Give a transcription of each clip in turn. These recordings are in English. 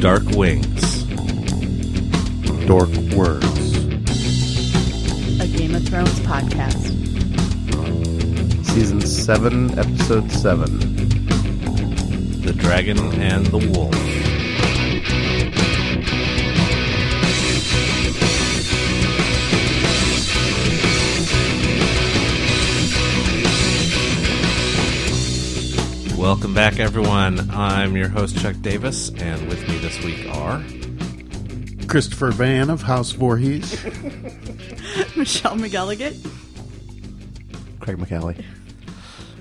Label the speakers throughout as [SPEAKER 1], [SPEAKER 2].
[SPEAKER 1] Dark Wings,
[SPEAKER 2] Dork Words,
[SPEAKER 3] a Game of Thrones podcast.
[SPEAKER 2] Season 7, Episode 7.
[SPEAKER 1] The Dragon and the Wolf. Welcome back, everyone. I'm your host, Chuck Davis, and with me this week are.
[SPEAKER 4] Christopher Van of House Voorhees.
[SPEAKER 3] Michelle McGilligan.
[SPEAKER 2] Craig McCallie.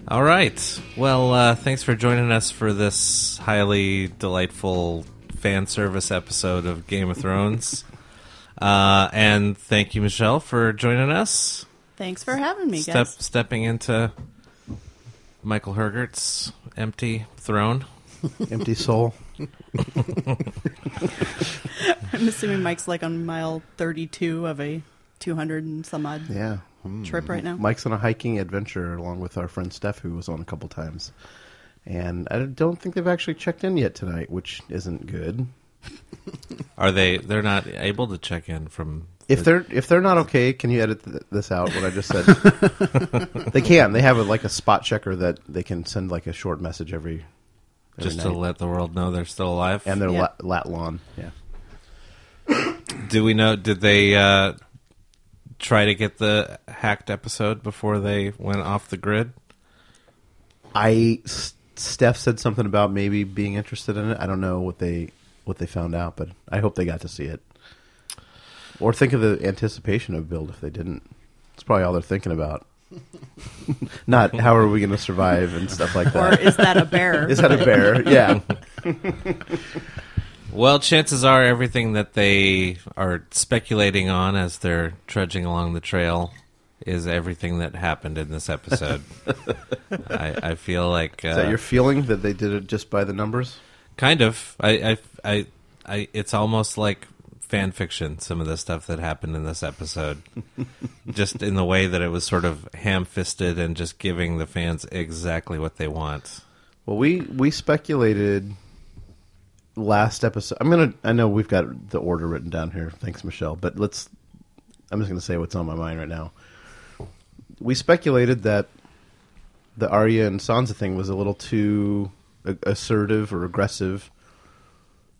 [SPEAKER 1] All right. Well, uh, thanks for joining us for this highly delightful fan service episode of Game of Thrones. uh, and thank you, Michelle, for joining us.
[SPEAKER 3] Thanks for having me,
[SPEAKER 1] Step,
[SPEAKER 3] guys.
[SPEAKER 1] stepping into Michael Hergert's empty throne.
[SPEAKER 2] Empty Soul.
[SPEAKER 3] I'm assuming Mike's like on mile 32 of a 200 and some odd
[SPEAKER 2] Yeah.
[SPEAKER 3] trip right now.
[SPEAKER 2] Hmm. Mike's on a hiking adventure along with our friend Steph, who was on a couple times. And I don't think they've actually checked in yet tonight, which isn't good.
[SPEAKER 1] Are they? They're not able to check in from.
[SPEAKER 2] If they're if they're not okay, can you edit th- this out? What I just said. they can. They have a, like a spot checker that they can send like a short message every. every
[SPEAKER 1] just
[SPEAKER 2] night.
[SPEAKER 1] to let the world know they're still alive.
[SPEAKER 2] and their
[SPEAKER 3] Yeah.
[SPEAKER 2] lat, lat lawn. Yeah.
[SPEAKER 1] do we know? Did they uh, try to get the hacked episode before they went off the grid?
[SPEAKER 2] I S- Steph said something about maybe being interested in it. I don't know what they what they found out, but I hope they got to see it. Or think of the anticipation of build if they didn't. It's probably all they're thinking about. Not how are we going to survive and stuff like
[SPEAKER 3] Or
[SPEAKER 2] that.
[SPEAKER 3] is that a bear?
[SPEAKER 2] uh, Is that a bear? Yeah.
[SPEAKER 1] Well, chances are everything that they are speculating on as they're trudging along the trail is everything that happened in this episode. I, I feel like
[SPEAKER 2] Is that
[SPEAKER 1] uh,
[SPEAKER 2] your feeling that they did it just by the numbers?
[SPEAKER 1] kind of. I, I, I, I, it's almost like fan fiction. Some of the stuff that happened in this episode, just in the way that it was sort of ham-fisted and just giving the fans exactly what they want.
[SPEAKER 2] Well, we we speculated last episode. I'm gonna. I know we've got the order written down here. Thanks, Michelle. But let's. I'm just gonna say what's on my mind right now. We speculated that the Arya and Sansa thing was a little too a- assertive or aggressive.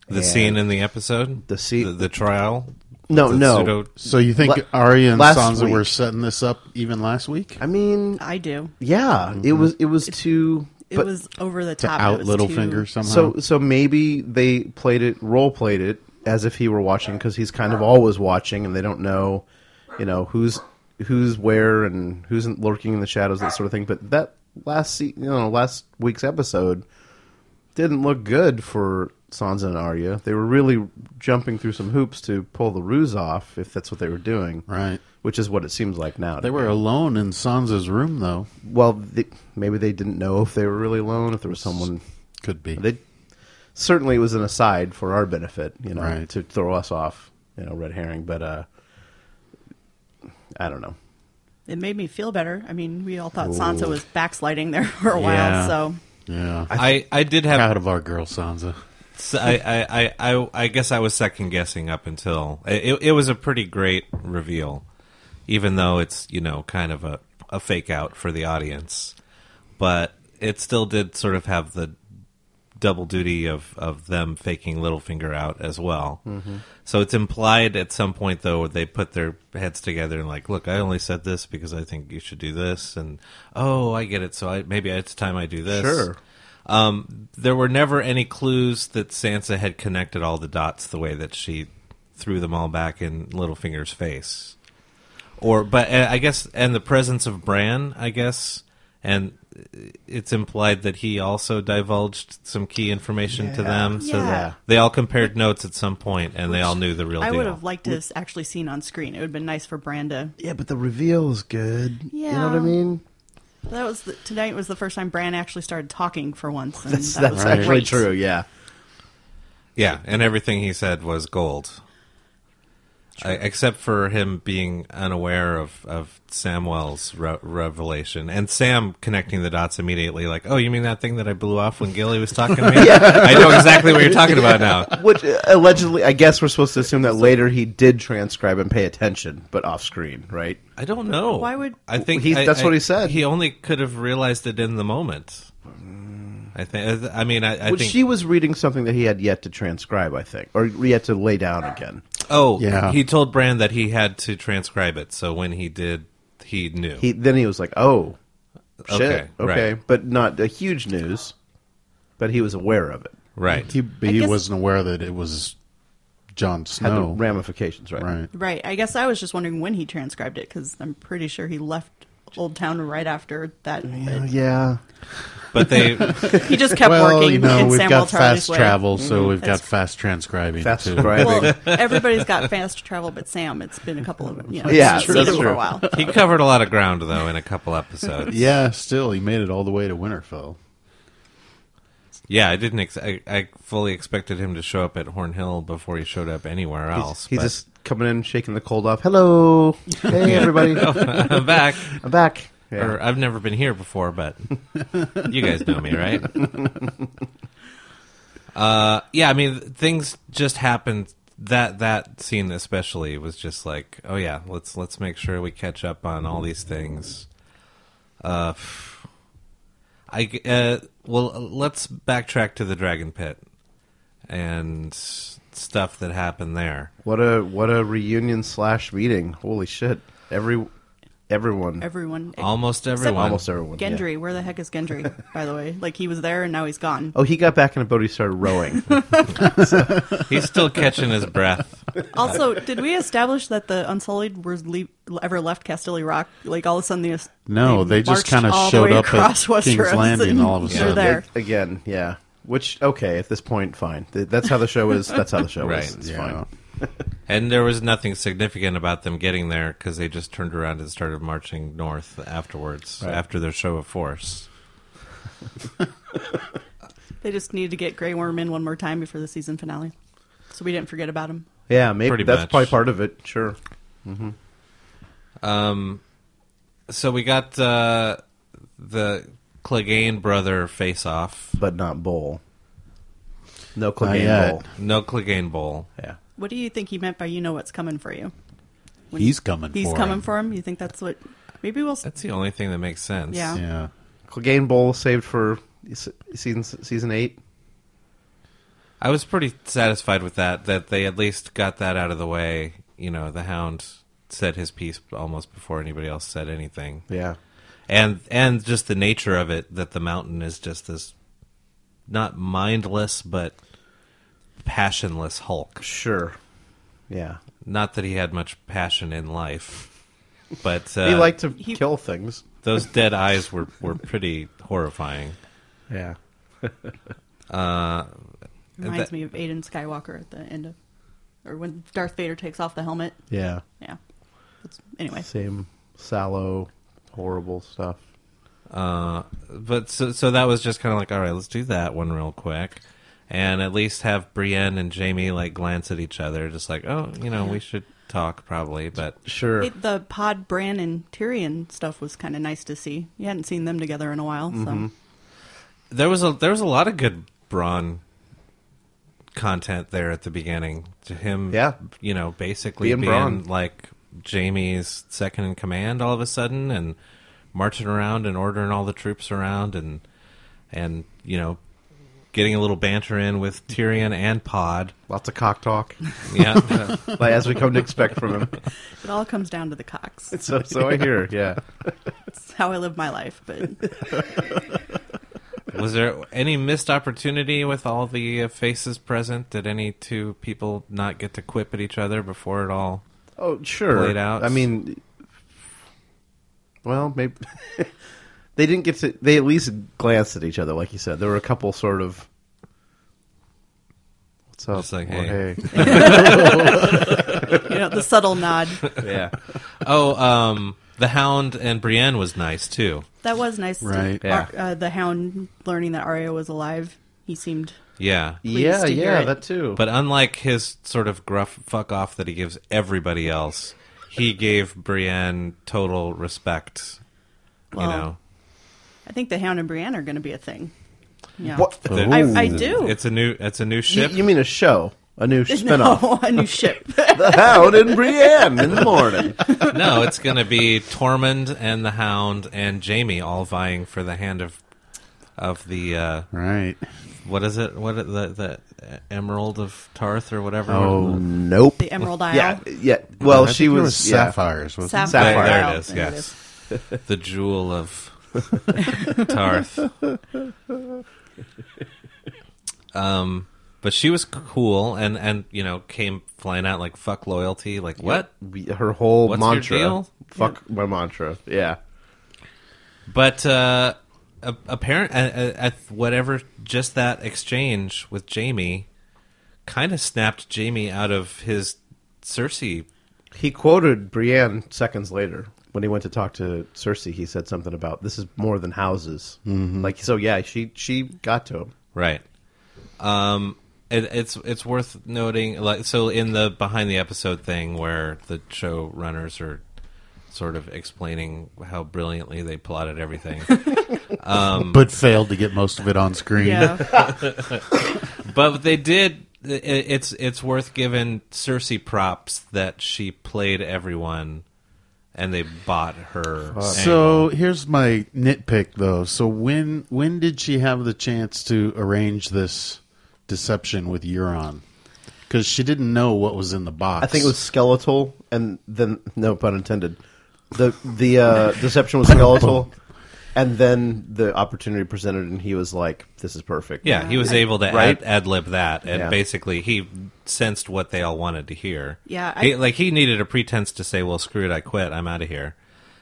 [SPEAKER 1] The
[SPEAKER 2] And
[SPEAKER 1] scene in the episode,
[SPEAKER 2] The scene-
[SPEAKER 1] the, the trial.
[SPEAKER 2] No,
[SPEAKER 1] the
[SPEAKER 2] no.
[SPEAKER 1] pseudo-
[SPEAKER 4] So you think
[SPEAKER 2] La-
[SPEAKER 4] Arya and
[SPEAKER 2] last
[SPEAKER 4] Sansa
[SPEAKER 2] week.
[SPEAKER 4] were setting this up even last week?
[SPEAKER 2] I mean,
[SPEAKER 3] I do.
[SPEAKER 2] yeah. It was. It was too.
[SPEAKER 3] It
[SPEAKER 2] but-
[SPEAKER 3] was over the
[SPEAKER 4] To
[SPEAKER 3] top.
[SPEAKER 4] out
[SPEAKER 3] it was too-
[SPEAKER 4] Littlefinger somehow.
[SPEAKER 2] So so maybe they played it role played it as if he were watching because he's kind of always watching and they don't know, you know who's who's where and who's in- lurking in the shadows that sort of thing. But that last se- you know last week's episode didn't look good for Sansa and Arya. They were really jumping through some hoops to pull the ruse off if that's what they were doing.
[SPEAKER 4] right.
[SPEAKER 2] Which is what it seems like now.
[SPEAKER 4] They were alone in Sansa's room, though.
[SPEAKER 2] well. They, maybe they didn't know if they were really alone. If there was someone
[SPEAKER 4] Could be.
[SPEAKER 2] they certainly it was an aside for our benefit, you know,
[SPEAKER 4] Right.
[SPEAKER 2] to throw us off, you know, red herring. But uh, I don't know.
[SPEAKER 3] It made me feel better. I mean, we all thought Sansa was backsliding there for a while,
[SPEAKER 4] Yeah.
[SPEAKER 3] so
[SPEAKER 4] yeah.
[SPEAKER 1] I, I did have
[SPEAKER 4] Proud of our girl, Sansa.
[SPEAKER 1] So I, I, I, I, I guess I was second guessing up until it, it was a pretty great reveal, even though it's you know kind of a, a fake out for the audience, but it still did sort of have the double duty of, of them faking Littlefinger out as well. So it's implied at some point though they put their heads together and like, look, I only said this because I think you should do this, and oh, I get it. So I, maybe it's time I do this.
[SPEAKER 2] Sure.
[SPEAKER 1] Um, there were never any clues that Sansa had connected all the dots the way that she threw them all back in Littlefinger's face. Or, but uh, I guess, and the presence of Bran, I guess, and it's implied that he also divulged some key information to them. So
[SPEAKER 3] Yeah.
[SPEAKER 1] they all compared notes at some point, and they all knew the real
[SPEAKER 3] I
[SPEAKER 1] deal.
[SPEAKER 3] would have liked to have actually seen on screen. It would have been nice for Branda.
[SPEAKER 2] Yeah, but the reveal is good. you know what I
[SPEAKER 3] Yeah.
[SPEAKER 2] mean.
[SPEAKER 3] That was the, tonight was the first time Bran actually started talking for once. And
[SPEAKER 2] That's
[SPEAKER 3] that
[SPEAKER 2] that's
[SPEAKER 3] was
[SPEAKER 2] actually
[SPEAKER 3] great.
[SPEAKER 2] true. Yeah,
[SPEAKER 1] Yeah, and everything he said was gold. I, except for him being unaware of, of Samwell's re- revelation and Sam connecting the dots immediately, like, oh, you mean that thing that I blew off when Gilly was talking to me? I know exactly what you're talking about now.
[SPEAKER 2] Which uh, allegedly, I guess we're supposed to assume that later he did transcribe and pay attention, but off screen, right?
[SPEAKER 1] I don't know.
[SPEAKER 3] Why would-
[SPEAKER 1] I think
[SPEAKER 2] He-
[SPEAKER 1] I-
[SPEAKER 2] that's
[SPEAKER 1] I-
[SPEAKER 2] what he said.
[SPEAKER 1] He only could have realized it in the moment. I think. I mean, I, I
[SPEAKER 2] Which
[SPEAKER 1] think.
[SPEAKER 2] she was reading something that he had yet to transcribe, I think, or yet to lay down again.
[SPEAKER 1] oh,
[SPEAKER 4] Yeah.
[SPEAKER 1] He told Brand that he had to transcribe it, so when he did, he knew.
[SPEAKER 2] He then he was like, "Oh, shit,
[SPEAKER 1] Okay,
[SPEAKER 2] okay,",
[SPEAKER 1] right.
[SPEAKER 2] but not a huge news, but he was aware of it.
[SPEAKER 1] right.
[SPEAKER 4] He, but
[SPEAKER 3] I
[SPEAKER 4] he
[SPEAKER 3] guess-
[SPEAKER 4] wasn't aware that it was Jon
[SPEAKER 2] Had
[SPEAKER 4] Snow.
[SPEAKER 2] the ramifications, right?
[SPEAKER 4] right.
[SPEAKER 3] Right. I guess I was just wondering when he transcribed it because I'm pretty sure he left Old Town right after that.
[SPEAKER 2] Uh, yeah,
[SPEAKER 1] but they.
[SPEAKER 3] He just kept
[SPEAKER 4] well,
[SPEAKER 3] working
[SPEAKER 4] you know,
[SPEAKER 3] in
[SPEAKER 4] we've
[SPEAKER 3] Samuel
[SPEAKER 4] got
[SPEAKER 3] Tarley's
[SPEAKER 4] fast
[SPEAKER 3] way. Mm-hmm.
[SPEAKER 4] travel, so we've got
[SPEAKER 3] That's-
[SPEAKER 4] fast transcribing
[SPEAKER 2] fast
[SPEAKER 4] too.
[SPEAKER 2] describing.
[SPEAKER 3] Well, everybody's got fast travel, but Sam, it's been a couple of you know,
[SPEAKER 2] Yeah,
[SPEAKER 3] it's been
[SPEAKER 2] that's
[SPEAKER 3] for
[SPEAKER 2] true.
[SPEAKER 3] a while.
[SPEAKER 1] he covered a lot of ground though in a couple episodes.
[SPEAKER 4] Yeah, still, he made it all the way to Winterfell.
[SPEAKER 1] Yeah, I didn't. Ex- I, I fully expected him to show up at Horn Hill before he showed up anywhere else.
[SPEAKER 2] he's
[SPEAKER 1] but-
[SPEAKER 2] just coming in, shaking the cold off. Hello, hey everybody,
[SPEAKER 1] I'm back.
[SPEAKER 2] I'm back. Yeah.
[SPEAKER 1] Or I've never been here before, but you guys know me, right? uh, yeah, I mean things just happened. That that scene especially was just like, oh yeah, let's let's make sure we catch up on all these things. Uh, I g- uh, well, let's backtrack to the dragon pit and stuff that happened there.
[SPEAKER 2] What a what a reunion slash meeting! Holy shit! Every everyone,
[SPEAKER 3] Everyone,
[SPEAKER 1] Almost everyone,
[SPEAKER 2] almost everyone. yeah.
[SPEAKER 3] Gendry, where the heck is Gendry? By the way, like he was there and now he's gone.
[SPEAKER 2] Oh, he got back in a boat. He started rowing.
[SPEAKER 1] he's still catching his breath.
[SPEAKER 3] Also, did we establish that the Unsullied were le- ever left Casterly Rock? Like all of a sudden, they
[SPEAKER 4] No, they just
[SPEAKER 3] marched
[SPEAKER 4] kind of
[SPEAKER 3] all the
[SPEAKER 4] showed
[SPEAKER 3] way
[SPEAKER 4] up at
[SPEAKER 3] across
[SPEAKER 4] King's
[SPEAKER 3] Westeros
[SPEAKER 4] Landing
[SPEAKER 3] and
[SPEAKER 4] all of a
[SPEAKER 3] they're
[SPEAKER 4] sudden.
[SPEAKER 3] there.
[SPEAKER 2] Again, yeah. Which okay, at this point, fine. Th- That's how the show is. That's how the show
[SPEAKER 1] Right,
[SPEAKER 2] is. It's
[SPEAKER 4] Yeah.
[SPEAKER 2] fine.
[SPEAKER 1] And there was nothing significant about them getting there because they just turned around and started marching north afterwards, after their show of force.
[SPEAKER 3] They just needed to get Grey Worm in one more time before the season finale, so we didn't forget about him.
[SPEAKER 2] Yeah, maybe
[SPEAKER 1] Pretty
[SPEAKER 2] that's
[SPEAKER 1] much.
[SPEAKER 2] probably part of it. Sure.
[SPEAKER 1] So we got uh, the Clegane brother face off.
[SPEAKER 2] but not bowl. No
[SPEAKER 4] Not
[SPEAKER 2] Clegane
[SPEAKER 4] yet.
[SPEAKER 2] bowl.
[SPEAKER 1] No Clegane Bowl.
[SPEAKER 2] Yeah.
[SPEAKER 3] What do you think he meant by "you know what's coming for you"? When
[SPEAKER 4] He's coming
[SPEAKER 3] He's
[SPEAKER 4] for
[SPEAKER 3] coming
[SPEAKER 4] him.
[SPEAKER 3] for him. You think that's what? Maybe we'll.
[SPEAKER 1] That's the only thing that makes sense.
[SPEAKER 3] Yeah.
[SPEAKER 4] Yeah.
[SPEAKER 2] Clegane bowl saved for se- season season eight.
[SPEAKER 1] I was pretty satisfied with that, that they at least got that out of the way. You know, the hound said his piece almost before anybody else said anything.
[SPEAKER 2] Yeah.
[SPEAKER 1] and and just the nature of it that the mountain is just this not mindless but passionless hulk
[SPEAKER 2] Sure. Yeah.
[SPEAKER 1] not that he had much passion in life but uh,
[SPEAKER 2] he liked to
[SPEAKER 3] he-
[SPEAKER 2] kill things.
[SPEAKER 1] those dead eyes were were pretty horrifying
[SPEAKER 2] Yeah.
[SPEAKER 3] Reminds
[SPEAKER 1] that-
[SPEAKER 3] me of Aiden Skywalker at the end of, or when Darth Vader takes off the helmet.
[SPEAKER 2] Yeah.
[SPEAKER 3] Yeah. That's, anyway,
[SPEAKER 2] Same sallow, horrible stuff.
[SPEAKER 1] uh but so so that was just kind of like all right let's do that one real quick and at least have Brienne and Jamie like glance at each other just like oh you know we should talk probably but
[SPEAKER 2] Sure.
[SPEAKER 3] it, the Pod Bran and Tyrion stuff was kind of nice to see. You hadn't seen them together in a while, so
[SPEAKER 1] Mm-hmm. there was a there was a lot of good brawn content there at the beginning to him
[SPEAKER 2] Yeah.
[SPEAKER 1] you know basically
[SPEAKER 2] Being
[SPEAKER 1] being,
[SPEAKER 2] Bronn.
[SPEAKER 1] like jamie's second in command all of a sudden and marching around and ordering all the troops around and and you know getting a little banter in with tyrion and pod
[SPEAKER 2] Lots of cock talk,
[SPEAKER 1] yeah
[SPEAKER 2] like as we come to expect from him.
[SPEAKER 3] it all comes down to the cocks.
[SPEAKER 2] So, so I hear. Yeah.
[SPEAKER 3] It's how I live my life, but
[SPEAKER 1] was there any missed opportunity with all the uh, faces present did any two people not get to quip at each other before it all
[SPEAKER 2] Oh, sure.
[SPEAKER 1] Played out.
[SPEAKER 2] I mean, well, maybe they didn't get to. They at least glanced at each other, like you said. There were a couple sort of. What's up?
[SPEAKER 1] Just like,
[SPEAKER 2] Or,
[SPEAKER 1] hey.
[SPEAKER 3] you know the subtle nod
[SPEAKER 2] yeah,
[SPEAKER 1] Oh, um, the Hound and Brienne was nice too.
[SPEAKER 3] that was nice. to-
[SPEAKER 4] Right.
[SPEAKER 2] Yeah.
[SPEAKER 3] Ar- uh, the Hound learning that Arya was alive, he seemed
[SPEAKER 1] Yeah.
[SPEAKER 2] yeah,
[SPEAKER 3] to hear
[SPEAKER 2] yeah,
[SPEAKER 3] it.
[SPEAKER 2] that too.
[SPEAKER 1] But unlike his sort of gruff fuck off that he gives everybody else, he gave Brienne total respect. You
[SPEAKER 3] Well,
[SPEAKER 1] know,
[SPEAKER 3] I think the Hound and Brienne are going to be a thing. Yeah.
[SPEAKER 2] what?
[SPEAKER 1] The-
[SPEAKER 3] I,
[SPEAKER 2] Ooh.
[SPEAKER 3] I do.
[SPEAKER 1] It's a new, it's a new
[SPEAKER 2] You,
[SPEAKER 1] ship.
[SPEAKER 2] you mean a show, a new spinoff,
[SPEAKER 3] no, a new ship.
[SPEAKER 2] The Hound and Brienne in the morning.
[SPEAKER 1] no, it's going to be Tormund and the Hound and Jamie all vying for the hand of of the uh,
[SPEAKER 4] Right.
[SPEAKER 1] what is it? What the the Emerald of Tarth or whatever?
[SPEAKER 4] Oh,
[SPEAKER 2] Nope.
[SPEAKER 3] the Emerald Isle.
[SPEAKER 2] yeah, yeah. Well,
[SPEAKER 4] I think
[SPEAKER 2] she
[SPEAKER 4] it
[SPEAKER 2] was, yeah.
[SPEAKER 4] sapphires. wasn't it?
[SPEAKER 3] Sapphire.
[SPEAKER 1] There-
[SPEAKER 2] Sapphire.
[SPEAKER 1] There
[SPEAKER 3] Isle.
[SPEAKER 1] it is.
[SPEAKER 3] There it is.
[SPEAKER 1] Yes, the jewel of Tarth. Um, but she was cool, and and you know came flying out like fuck loyalty, like what?
[SPEAKER 2] We- Her whole
[SPEAKER 1] What's your
[SPEAKER 2] mantra.
[SPEAKER 1] deal?
[SPEAKER 2] Fuck my mantra. Yeah.
[SPEAKER 1] But uh, a- apparent at, at whatever, just that exchange with Jamie kind of snapped Jamie out of his Cersei.
[SPEAKER 2] He quoted Brienne seconds later when he went to talk to Cersei. He said something about this is more than houses. Like so, yeah. She she got to him.
[SPEAKER 1] Right. Um, it, it's it's worth noting, like so in the behind the episode thing where the showrunners are sort of explaining how brilliantly they plotted everything.
[SPEAKER 4] but failed to get most of it on screen.
[SPEAKER 3] Yeah.
[SPEAKER 1] but they did. i- It's it's worth giving Cersei props that she played everyone, and they bought her. angle.
[SPEAKER 4] So here's my nitpick, though. So when when did she have the chance to arrange this deception with Euron? Because she didn't know what was in the box.
[SPEAKER 2] I think it was skeletal, and then no pun intended. The the uh, deception was skeletal, and then the opportunity presented, and he was like, "This is perfect."
[SPEAKER 1] yeah, he was able to
[SPEAKER 2] Right?
[SPEAKER 1] ad lib that, and
[SPEAKER 2] Yeah.
[SPEAKER 1] basically he sensed what they all wanted to hear.
[SPEAKER 3] Yeah, I-
[SPEAKER 1] He- like he needed a pretense to say, "Well, screw it, I quit, I'm out of here,"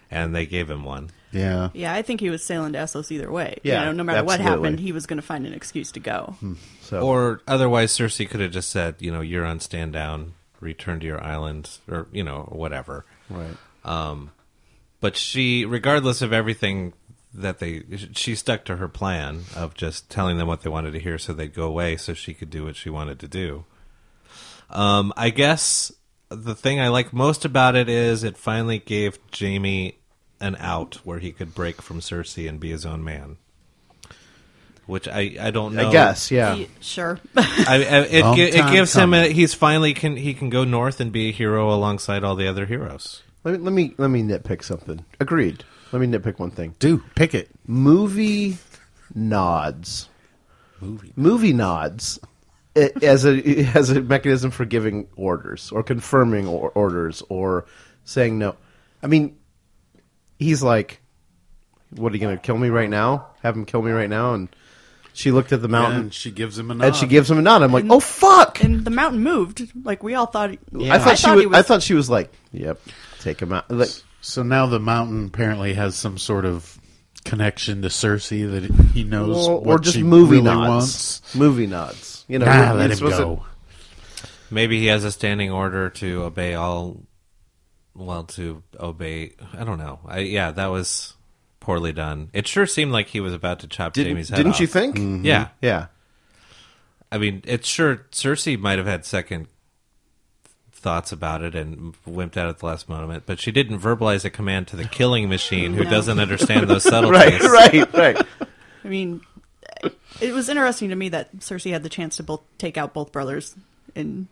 [SPEAKER 1] and they gave him one.
[SPEAKER 4] yeah.
[SPEAKER 3] yeah, I think he was sailing to Essos either way.
[SPEAKER 2] Yeah,
[SPEAKER 3] you know, no matter what
[SPEAKER 2] absolutely. Hmm.
[SPEAKER 3] happened, he was going to find an excuse to go.
[SPEAKER 2] So
[SPEAKER 1] Or otherwise, Cersei could have just said, "You know, you're on stand down, return to your island, or you know, whatever."
[SPEAKER 2] right.
[SPEAKER 1] but she regardless of everything that they she stuck to her plan of just telling them what they wanted to hear so they'd go away so she could do what she wanted to do um i guess the thing i like most about it is it finally gave jamie an out where he could break from cersei and be his own man which i i don't know
[SPEAKER 2] I guess. Yeah.
[SPEAKER 3] He- sure.
[SPEAKER 1] I, I, it,
[SPEAKER 4] Long
[SPEAKER 1] gi- it
[SPEAKER 4] time
[SPEAKER 1] gives him a,
[SPEAKER 4] coming.
[SPEAKER 1] he's finally can he can go north and be a hero alongside all the other heroes
[SPEAKER 2] Let me let me let me nitpick something. Agreed. Let me nitpick one thing.
[SPEAKER 4] Do pick it.
[SPEAKER 2] Movie nods. Movie movie nods i- as a as a mechanism for giving orders or confirming or, orders or saying no. I mean, he's like, "What are you going to kill me right now? Have him kill me right now?" And she looked at the mountain
[SPEAKER 4] And she gives him a
[SPEAKER 2] and she gives him a nod. I'm like, "Oh fuck!"
[SPEAKER 3] and the mountain moved. Like we all thought.
[SPEAKER 2] I thought she was, I thought she was like, "Yep, take him out." Like,
[SPEAKER 4] So now the mountain apparently has some sort of connection to Cersei that he knows
[SPEAKER 2] or,
[SPEAKER 4] what
[SPEAKER 2] or just
[SPEAKER 4] she
[SPEAKER 2] movie
[SPEAKER 4] really
[SPEAKER 2] nods.
[SPEAKER 4] wants.
[SPEAKER 2] Movie nods. You know,
[SPEAKER 4] Nah,
[SPEAKER 2] you're-
[SPEAKER 4] let
[SPEAKER 2] you're
[SPEAKER 4] him
[SPEAKER 2] supposed to-
[SPEAKER 4] go.
[SPEAKER 1] Maybe he has a standing order to obey all. Well, to obey, I don't know. I, yeah, that was poorly done. It sure seemed like he was about to chop
[SPEAKER 2] didn't
[SPEAKER 1] Jamie's head
[SPEAKER 2] didn't
[SPEAKER 1] off. Mm-hmm.
[SPEAKER 2] you think?
[SPEAKER 1] Yeah,
[SPEAKER 2] Yeah.
[SPEAKER 1] I mean, it's sure Cersei might have had second thoughts about it and wimped out at the last moment, but she didn't verbalize a command to the killing machine, who
[SPEAKER 3] No.
[SPEAKER 1] doesn't understand those subtleties.
[SPEAKER 2] Right, right, right.
[SPEAKER 3] I mean, it was interesting to me that Cersei had the chance to both take out both brothers, and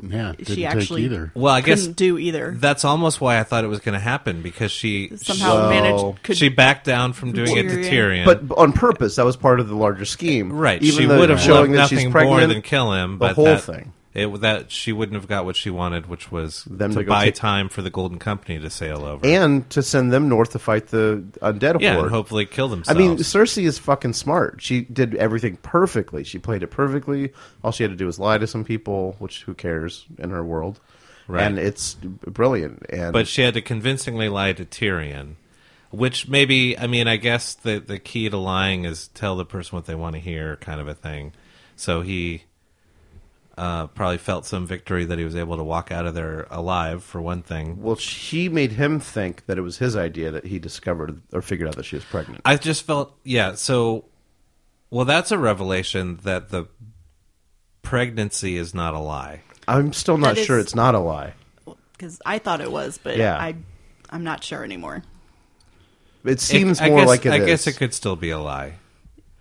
[SPEAKER 4] Yeah, didn't
[SPEAKER 3] She
[SPEAKER 4] take
[SPEAKER 3] actually-
[SPEAKER 4] either.
[SPEAKER 1] Well, I guess
[SPEAKER 3] couldn't do either.
[SPEAKER 1] that's almost why I thought it was going to happen because she
[SPEAKER 3] Somehow
[SPEAKER 2] Well,
[SPEAKER 3] managed. Could
[SPEAKER 1] she backed down from doing it to Tyrion,
[SPEAKER 3] Tyrion.
[SPEAKER 2] But on purpose, that was part of the larger scheme.
[SPEAKER 1] Right.
[SPEAKER 2] Even
[SPEAKER 1] she
[SPEAKER 2] though
[SPEAKER 1] would have loved
[SPEAKER 2] showing that
[SPEAKER 1] nothing
[SPEAKER 2] she's pregnant,
[SPEAKER 1] more than kill him.
[SPEAKER 2] the
[SPEAKER 1] But
[SPEAKER 2] whole
[SPEAKER 1] that,
[SPEAKER 2] thing.
[SPEAKER 1] It, that she wouldn't have got what she wanted, which was
[SPEAKER 2] Them
[SPEAKER 1] to
[SPEAKER 2] to go
[SPEAKER 1] buy
[SPEAKER 2] take-
[SPEAKER 1] time for the Golden Company to sail over.
[SPEAKER 2] and to send them north to fight the undead
[SPEAKER 1] yeah,
[SPEAKER 2] horde.
[SPEAKER 1] and hopefully kill
[SPEAKER 2] I
[SPEAKER 1] themselves.
[SPEAKER 2] mean, Cersei is fucking smart. She did everything perfectly. She played it perfectly. All she had to do was lie to some people, which who cares in her world.
[SPEAKER 1] Right.
[SPEAKER 2] And it's brilliant. And
[SPEAKER 1] but she had to convincingly lie to Tyrion, which maybe I mean I guess the the key to lying is tell the person what they want to hear, kind of a thing. So he uh, probably felt some victory that he was able to walk out of there alive for one thing.
[SPEAKER 2] well, she made him think that it was his idea that he discovered or figured out that she was pregnant.
[SPEAKER 1] I just felt yeah. So well, that's a revelation that the pregnancy is not a lie.
[SPEAKER 2] I'm still not
[SPEAKER 3] That is-
[SPEAKER 2] sure it's not a lie.
[SPEAKER 3] because I thought it was, but
[SPEAKER 2] Yeah.
[SPEAKER 3] I I'm not sure anymore.
[SPEAKER 2] It seems
[SPEAKER 1] I
[SPEAKER 2] more
[SPEAKER 1] guess-
[SPEAKER 2] like it
[SPEAKER 1] I guess it
[SPEAKER 2] is.
[SPEAKER 1] could still be a lie.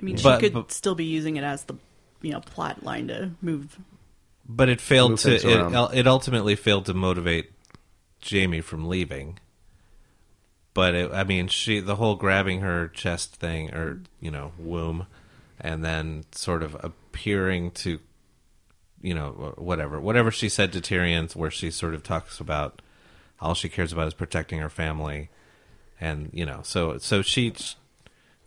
[SPEAKER 3] I mean,
[SPEAKER 1] But-
[SPEAKER 3] she could
[SPEAKER 1] but-
[SPEAKER 3] still be using it as the you know plot line to move.
[SPEAKER 1] But it failed
[SPEAKER 2] Move
[SPEAKER 1] to.
[SPEAKER 2] things around.
[SPEAKER 1] It, it ultimately failed to motivate Jamie from leaving. But it, I mean, she the whole grabbing her chest thing, or you know, womb, and then sort of appearing to, you know, whatever whatever she said to Tyrion, where she sort of talks about all she cares about is protecting her family, and you know, so so she,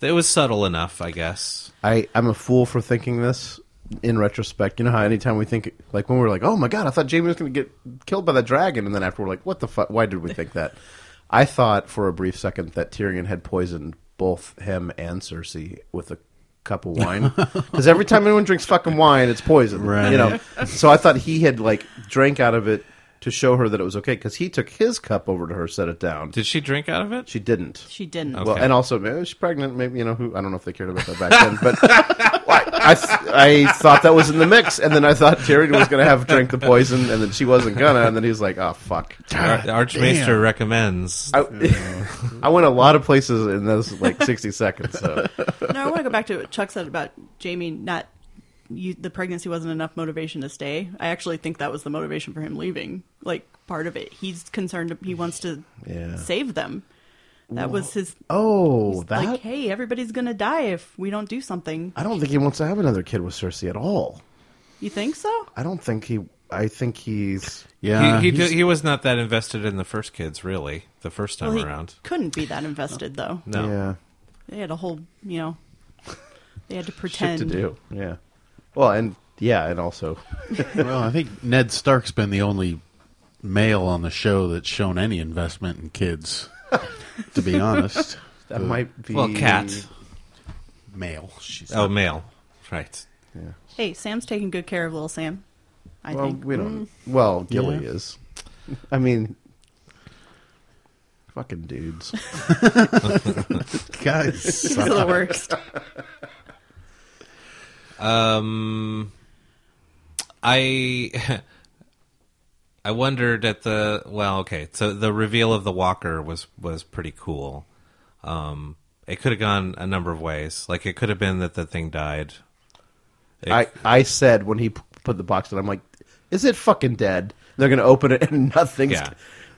[SPEAKER 1] it was subtle enough, I guess.
[SPEAKER 2] I, I'm a fool for thinking this in retrospect. You know how anytime we think, like when we're like, oh my God, I thought Jamie was going to get killed by the dragon. And then after we're like, what the fuck? Why did we think that? I thought for a brief second that Tyrion had poisoned both him and Cersei with a cup of wine. Because every time anyone drinks fucking wine, it's poison.
[SPEAKER 4] Right.
[SPEAKER 2] You know? So I thought he had like drank out of it to show her that it was okay. Because he took his cup over to her, set it down.
[SPEAKER 1] Did she drink out of it?
[SPEAKER 2] She didn't.
[SPEAKER 3] She didn't.
[SPEAKER 2] Well,
[SPEAKER 1] Okay.
[SPEAKER 2] and also maybe she's pregnant. Maybe you know who I don't know if they cared about that back then, but I, I I thought that was in the mix, and then I thought Tyrion was going to have drink the poison, and then she wasn't gonna, and then he's like, oh fuck.
[SPEAKER 1] Ar- Archmaester
[SPEAKER 4] damn.
[SPEAKER 1] recommends
[SPEAKER 2] I, I went a lot of places in those like sixty seconds. So
[SPEAKER 3] no, I want to go back to what Chuck said about Jamie not you, the pregnancy wasn't enough motivation to stay. I actually think that was the motivation for him leaving. Like part of it, he's concerned. He wants to
[SPEAKER 2] Yeah.
[SPEAKER 3] save them. That was his.
[SPEAKER 2] oh,
[SPEAKER 3] he's
[SPEAKER 2] that
[SPEAKER 3] like, hey, everybody's gonna die if we don't do something.
[SPEAKER 2] I don't think he wants to have another kid with Cersei at all.
[SPEAKER 3] You think so?
[SPEAKER 2] I don't think he. I think he's.
[SPEAKER 4] Yeah,
[SPEAKER 1] he he,
[SPEAKER 4] he's-
[SPEAKER 1] did, he was not that invested in the first kids really the first time
[SPEAKER 3] Well, he
[SPEAKER 1] around.
[SPEAKER 3] couldn't be that invested though.
[SPEAKER 1] No,
[SPEAKER 2] Yeah.
[SPEAKER 3] They had a whole, you know, they had to
[SPEAKER 2] Shit
[SPEAKER 3] pretend
[SPEAKER 2] to do. Yeah. Well, and yeah, and also
[SPEAKER 4] well, I think Ned Stark's been the only male on the show that's shown any investment in kids. to be honest,
[SPEAKER 2] that might be
[SPEAKER 1] well, cat.
[SPEAKER 4] male. She's
[SPEAKER 1] Oh, male. Right.
[SPEAKER 3] Hey, Sam's taking good care of little Sam. I
[SPEAKER 2] Well,
[SPEAKER 3] think Mm.
[SPEAKER 2] we don't. Well, Gilly
[SPEAKER 4] Yeah.
[SPEAKER 2] is. I mean, fucking dudes.
[SPEAKER 4] guys.
[SPEAKER 3] He's the worst.
[SPEAKER 1] Um, I I wondered at the well, okay. So the reveal of the walker was was pretty cool. Um, it could have gone a number of ways. Like it could have been that the thing died. It-
[SPEAKER 2] I I said when he p- put the box in, I'm like, is it fucking dead? They're gonna open it and nothing's.
[SPEAKER 1] Yeah.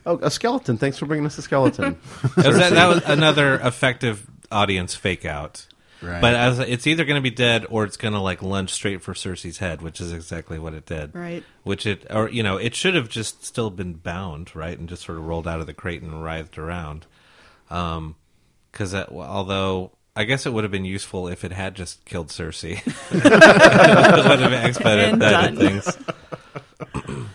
[SPEAKER 2] Oh, a skeleton! Thanks for bringing us a skeleton.
[SPEAKER 1] That was, that was another effective audience fake out.
[SPEAKER 4] Right.
[SPEAKER 1] But as, it's either going to be dead or it's going to like lunge straight for Cersei's head, which is exactly what it did.
[SPEAKER 3] Right.
[SPEAKER 1] Which it or you know it should have just still been bound right and just sort of rolled out of the crate and writhed around. Um, because although I guess it would have been useful if it had just killed Cersei, it would have expedited
[SPEAKER 3] And
[SPEAKER 1] that
[SPEAKER 3] done.
[SPEAKER 1] things.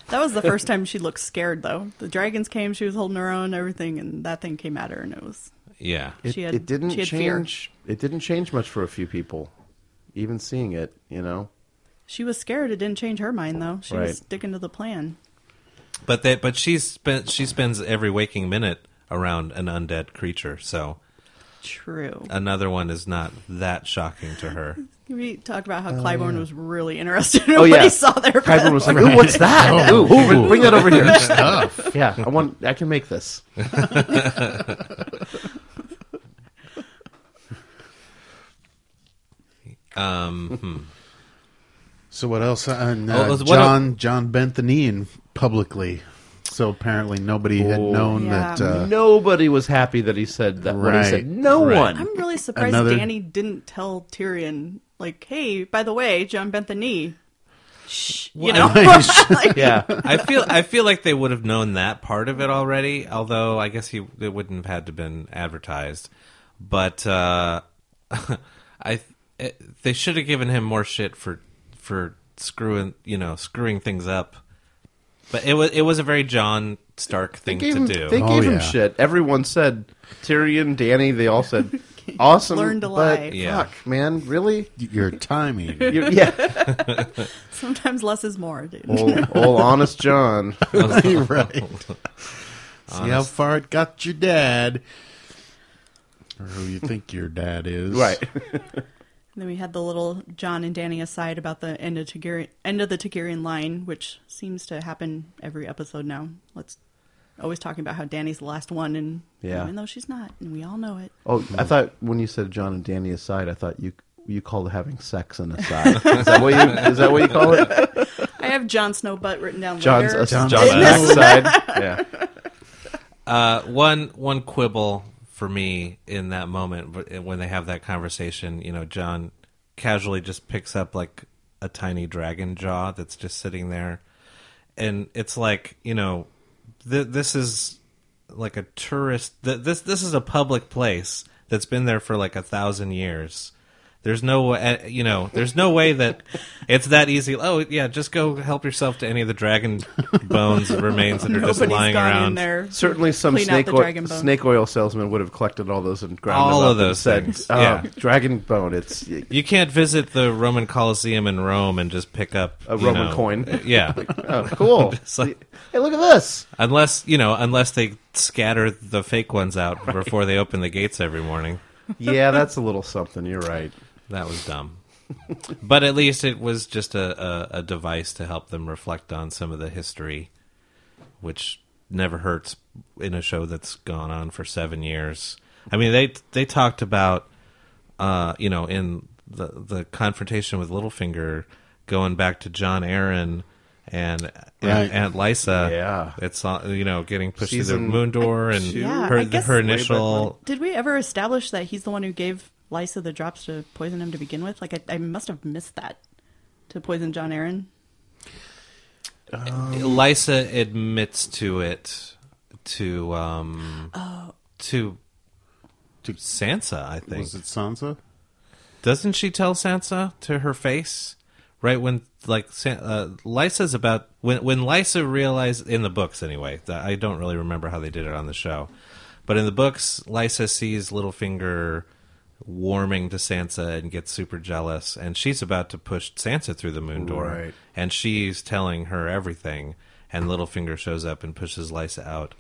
[SPEAKER 3] That was the first time she looked scared, though. The dragons came, she was holding her own, everything, and that thing came at her, and it was.
[SPEAKER 1] Yeah.
[SPEAKER 2] It,
[SPEAKER 3] She had-
[SPEAKER 2] it didn't
[SPEAKER 3] she had fear.
[SPEAKER 2] change. It didn't change much for a few people, even seeing it. You know,
[SPEAKER 3] She was scared. It didn't change her mind, though. She
[SPEAKER 2] Right.
[SPEAKER 3] was sticking to the plan.
[SPEAKER 1] But that, but she spent she spends every waking minute around an undead creature. So
[SPEAKER 3] True.
[SPEAKER 2] Uh,
[SPEAKER 1] another one is not that shocking to her.
[SPEAKER 3] we talked about how Clyborn was really interested in
[SPEAKER 2] Oh,
[SPEAKER 3] what
[SPEAKER 2] yeah.
[SPEAKER 3] he saw there. but-
[SPEAKER 2] Kyber was like, "Ooh, what's that? Ooh, bring- bring that over here."
[SPEAKER 4] Stuff.
[SPEAKER 2] yeah, I want. I can make this.
[SPEAKER 1] Um, hmm.
[SPEAKER 4] So what else? Uh, and,
[SPEAKER 1] Oh,
[SPEAKER 4] uh,
[SPEAKER 1] was- what
[SPEAKER 4] John John bent the knee in publicly. So apparently nobody had
[SPEAKER 2] Oh.
[SPEAKER 4] known
[SPEAKER 3] Yeah.
[SPEAKER 4] that. Uh,
[SPEAKER 2] Nobody was happy that he said that. What he
[SPEAKER 4] Right,
[SPEAKER 2] said. No
[SPEAKER 4] right.
[SPEAKER 2] one.
[SPEAKER 3] I'm really surprised
[SPEAKER 4] Another-
[SPEAKER 3] Danny didn't tell Tyrion, like, hey, by the way, John bent the knee. Shh. You know?
[SPEAKER 1] Well,
[SPEAKER 3] Like,
[SPEAKER 2] Yeah.
[SPEAKER 1] I feel I feel like they would have known that part of it already. Although I guess he it wouldn't have had to been advertised. But uh, I it, they should have given him more shit for for screwing you know screwing things up. But it was it was a very John Stark thing
[SPEAKER 2] They gave
[SPEAKER 1] to
[SPEAKER 2] him,
[SPEAKER 1] do.
[SPEAKER 2] They gave
[SPEAKER 4] Oh,
[SPEAKER 2] him
[SPEAKER 4] yeah.
[SPEAKER 2] shit. Everyone said Tyrion, Danny. They all said, "Awesome,
[SPEAKER 3] Learn to
[SPEAKER 2] but
[SPEAKER 3] lie.
[SPEAKER 1] Yeah.
[SPEAKER 2] Fuck, man, really?
[SPEAKER 3] Mm-hmm.
[SPEAKER 4] your timing.
[SPEAKER 2] You're, yeah,
[SPEAKER 3] sometimes less is more, dude.
[SPEAKER 2] old, old honest John.
[SPEAKER 4] You're right. See how far it got your dad. Or who you think your dad is.
[SPEAKER 2] Right.
[SPEAKER 3] And then we had the little John and Danny aside about the end of Targaryen, end of the Targaryen line, which seems to happen every episode now. Let's always talking about how Danny's the last one, and
[SPEAKER 2] Yeah.
[SPEAKER 3] even though she's not, and we all know it.
[SPEAKER 2] Oh, I thought when you said John and Danny aside, I thought you you called having sex an aside. is that what you is that what you call it?
[SPEAKER 3] I have Jon Snow butt written down
[SPEAKER 2] John's
[SPEAKER 3] later.
[SPEAKER 2] a- John's
[SPEAKER 1] John's
[SPEAKER 2] an aside. Yeah.
[SPEAKER 1] Uh, one one quibble for me in that moment but- eh, when they have that conversation, you know, John casually just picks up like a tiny dragon jaw that's just sitting there, and it's like you know, th- this is like a tourist. Th- this this is a public place that's been there for like a thousand years. There's no, wa- uh, you know, there's no way that it's that easy. Oh yeah, just go help yourself to any of the dragon bones and remains that are
[SPEAKER 3] Nobody's
[SPEAKER 1] just lying
[SPEAKER 3] gone
[SPEAKER 1] around.
[SPEAKER 3] in there.
[SPEAKER 2] Certainly, some
[SPEAKER 3] Clean out
[SPEAKER 2] snake
[SPEAKER 3] the
[SPEAKER 2] oil,
[SPEAKER 3] dragon bone.
[SPEAKER 2] snake oil salesman would have collected all those and ground
[SPEAKER 1] All
[SPEAKER 2] them up
[SPEAKER 1] of those
[SPEAKER 2] and
[SPEAKER 1] things,
[SPEAKER 2] said, "Oh,
[SPEAKER 1] yeah.
[SPEAKER 2] dragon bone." It's y-
[SPEAKER 1] You can't visit the Roman Colosseum in Rome and just pick up
[SPEAKER 2] A
[SPEAKER 1] you
[SPEAKER 2] Roman
[SPEAKER 1] know,
[SPEAKER 2] coin.
[SPEAKER 1] uh, Yeah,
[SPEAKER 2] oh, cool.
[SPEAKER 1] like-
[SPEAKER 2] hey, look at this.
[SPEAKER 1] unless you know, unless they scatter the fake ones out before they open the gates every morning.
[SPEAKER 2] Yeah, that's a little something. You're right.
[SPEAKER 1] That was dumb. but at least it was just a, a, a device to help them reflect on some of the history, which never hurts in a show that's gone on for seven years. I mean, they they talked about, uh, you know, in the the confrontation with Littlefinger, going back to John Aaron and
[SPEAKER 4] Right.
[SPEAKER 1] Aunt, Aunt Lysa.
[SPEAKER 2] Yeah.
[SPEAKER 1] it's all- you know getting pushed
[SPEAKER 2] Season
[SPEAKER 1] through the moon door and
[SPEAKER 2] two.
[SPEAKER 3] Yeah, I
[SPEAKER 1] her
[SPEAKER 3] guess-
[SPEAKER 1] her
[SPEAKER 3] Way back
[SPEAKER 1] initial
[SPEAKER 3] Did we ever establish that he's the one who gave Lysa the drops to poison him to begin with? Like, I, I must have missed that to poison John Aaron.
[SPEAKER 1] Lysa admits to it to um to to Sansa, I think.
[SPEAKER 4] Was it Sansa?
[SPEAKER 1] Doesn't she tell Sansa to her face? Right when like San- uh, Lysa's about when when Lysa realized in the books anyway. th- I don't really remember how they did it on the show. But in the books, Lysa sees Littlefinger warming to Sansa and gets super jealous and she's about to push Sansa through the moon door
[SPEAKER 2] Right.
[SPEAKER 1] and she's telling her everything and Littlefinger shows up and pushes Lysa out.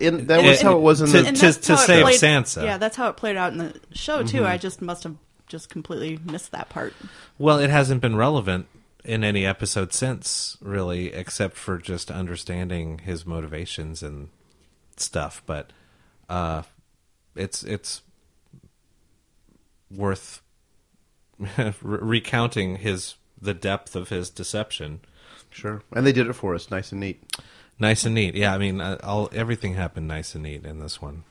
[SPEAKER 2] And that was
[SPEAKER 1] And-
[SPEAKER 2] how it was in
[SPEAKER 1] to- to-
[SPEAKER 2] the
[SPEAKER 3] that's how it
[SPEAKER 1] save
[SPEAKER 3] played-
[SPEAKER 1] Sansa.
[SPEAKER 3] Yeah, that's how it played out in the show too.
[SPEAKER 2] Mm-hmm.
[SPEAKER 3] I just must have just completely missed that part.
[SPEAKER 1] Well, it hasn't been relevant in any episode since, really, except for just understanding his motivations and stuff. But uh, it's it's worth re- recounting his the depth of his deception.
[SPEAKER 2] sure, and they did it for us, nice and neat.
[SPEAKER 1] Nice and neat. Yeah, I mean, uh, all everything happened nice and neat in this one.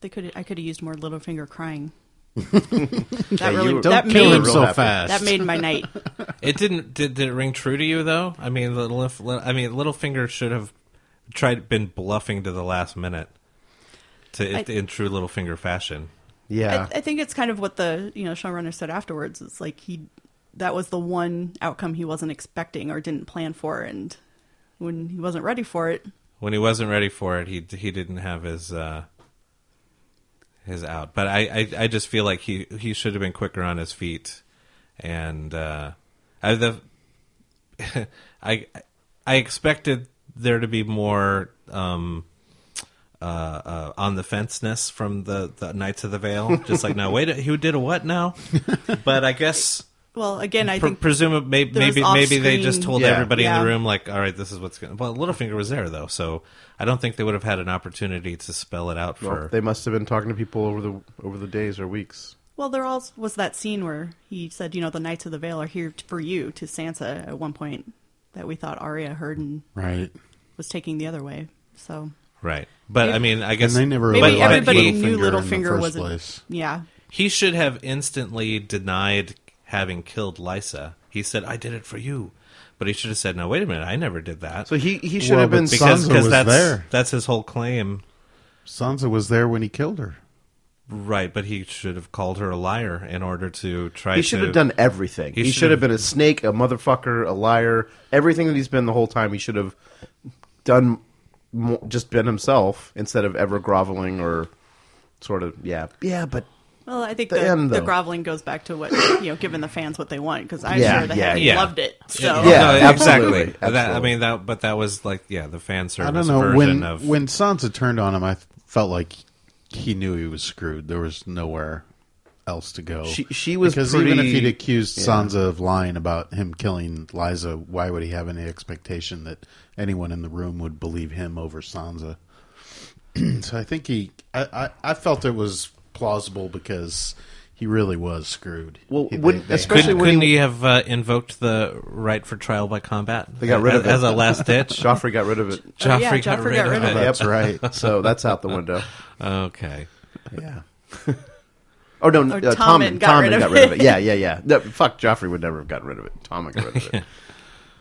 [SPEAKER 3] They could I could have used more Littlefinger crying. that
[SPEAKER 2] you
[SPEAKER 3] really
[SPEAKER 2] were-
[SPEAKER 4] Don't
[SPEAKER 3] that
[SPEAKER 4] kill
[SPEAKER 3] made
[SPEAKER 4] him so
[SPEAKER 2] Real happy.
[SPEAKER 4] fast.
[SPEAKER 3] that made my night.
[SPEAKER 1] It didn't. Did, did it ring true to you though? I mean, little, I mean, Littlefinger should have tried been bluffing to the last minute, to
[SPEAKER 3] I-
[SPEAKER 1] in true Littlefinger fashion.
[SPEAKER 2] Yeah,
[SPEAKER 3] I, I think it's kind of what the you know showrunner said afterwards. It's like he that was the one outcome he wasn't expecting or didn't plan for, and when he wasn't ready for it,
[SPEAKER 1] When he wasn't ready for it, he he didn't have his uh, his out. But I, I I just feel like he he should have been quicker on his feet, and uh, I the I I expected there to be more um, uh, uh, on the fenceness from the, the Knights of the Vale. Just like, no, wait, who did a what now? But I guess
[SPEAKER 3] well, again, I
[SPEAKER 1] pre-
[SPEAKER 3] think
[SPEAKER 1] presume maybe
[SPEAKER 3] there was
[SPEAKER 1] maybe, maybe they just
[SPEAKER 3] off-screen-
[SPEAKER 1] told
[SPEAKER 2] Yeah.
[SPEAKER 1] everybody in
[SPEAKER 3] Yeah.
[SPEAKER 1] the room like, all right, this is what's going. to... Well, Littlefinger was there though, so I don't think they would have had an opportunity to spell it out for.
[SPEAKER 2] well, they must have been talking to people over the over the days or weeks.
[SPEAKER 3] Well, there also was that scene where he said, you know, the Knights of the Vale are here t- for you to Sansa at one point that we thought Arya heard and
[SPEAKER 4] Right.
[SPEAKER 3] was taking the other way. So
[SPEAKER 1] Right, but I mean, I guess
[SPEAKER 4] And they never
[SPEAKER 3] maybe
[SPEAKER 1] but-
[SPEAKER 4] really liked
[SPEAKER 1] but
[SPEAKER 3] everybody
[SPEAKER 1] he-
[SPEAKER 3] knew
[SPEAKER 4] Littlefinger in the
[SPEAKER 3] Littlefinger
[SPEAKER 4] first
[SPEAKER 3] was a-
[SPEAKER 4] place.
[SPEAKER 3] Yeah.
[SPEAKER 1] He should have instantly denied having killed Lysa. He said, "I did it for you," but he should have said, "No, wait a minute, I never did that."
[SPEAKER 2] So he he should
[SPEAKER 4] Well,
[SPEAKER 2] have been
[SPEAKER 4] but
[SPEAKER 1] because
[SPEAKER 4] Sansa
[SPEAKER 1] cause
[SPEAKER 4] was
[SPEAKER 1] that's
[SPEAKER 4] there.
[SPEAKER 1] that's his whole claim,
[SPEAKER 4] Sansa was there when he killed her.
[SPEAKER 1] right? But he should have called her a liar in order to try.
[SPEAKER 2] He should
[SPEAKER 1] to-
[SPEAKER 2] have done everything.
[SPEAKER 1] He
[SPEAKER 2] He,
[SPEAKER 1] should
[SPEAKER 2] should
[SPEAKER 1] have-
[SPEAKER 2] have been a snake, a motherfucker, a liar. Everything that he's been the whole time, he should have done mo- just been himself instead of ever groveling or sort of yeah, yeah. But
[SPEAKER 3] Well, I think the,
[SPEAKER 2] The
[SPEAKER 3] the,
[SPEAKER 2] end, though.
[SPEAKER 3] groveling goes back to what, you know, giving the fans what they want because I'm
[SPEAKER 2] Yeah,
[SPEAKER 3] sure the
[SPEAKER 2] yeah,
[SPEAKER 3] heck
[SPEAKER 1] yeah.
[SPEAKER 3] loved it. So
[SPEAKER 1] exactly.
[SPEAKER 2] Yeah. absolutely,
[SPEAKER 1] That, I
[SPEAKER 2] absolutely.
[SPEAKER 1] mean, that but that was like yeah, the fan service
[SPEAKER 4] I don't know
[SPEAKER 1] version
[SPEAKER 4] when
[SPEAKER 1] of
[SPEAKER 4] when Sansa turned on him. I felt like he knew he was screwed. There was nowhere else to go.
[SPEAKER 2] She- she was
[SPEAKER 4] because even if
[SPEAKER 2] pretty-
[SPEAKER 4] he'd accused
[SPEAKER 2] yeah.
[SPEAKER 4] Sansa of lying about him killing Liza, why would he have any expectation that anyone in the room would believe him over Sansa? so I think he, I, I, I felt it was plausible because he really was screwed.
[SPEAKER 2] Well,
[SPEAKER 4] He-
[SPEAKER 2] wouldn't- especially-
[SPEAKER 4] had-
[SPEAKER 1] Couldn't,
[SPEAKER 2] when
[SPEAKER 1] couldn't
[SPEAKER 2] he-
[SPEAKER 1] he, have uh, invoked the right for trial by combat?
[SPEAKER 2] They got rid of
[SPEAKER 1] as, as
[SPEAKER 2] it.
[SPEAKER 1] a last ditch.
[SPEAKER 2] Joffrey got rid of it.
[SPEAKER 3] Oh, yeah,
[SPEAKER 1] Joffrey got rid of it.
[SPEAKER 4] That's right.
[SPEAKER 2] So that's out the window.
[SPEAKER 1] Okay.
[SPEAKER 4] Yeah.
[SPEAKER 2] Oh no,
[SPEAKER 3] Or
[SPEAKER 2] uh, Tommen, Tommen got, rid, of it. Yeah, yeah, yeah. No, fuck, Joffrey would never have gotten rid of it. Tommen got rid of it.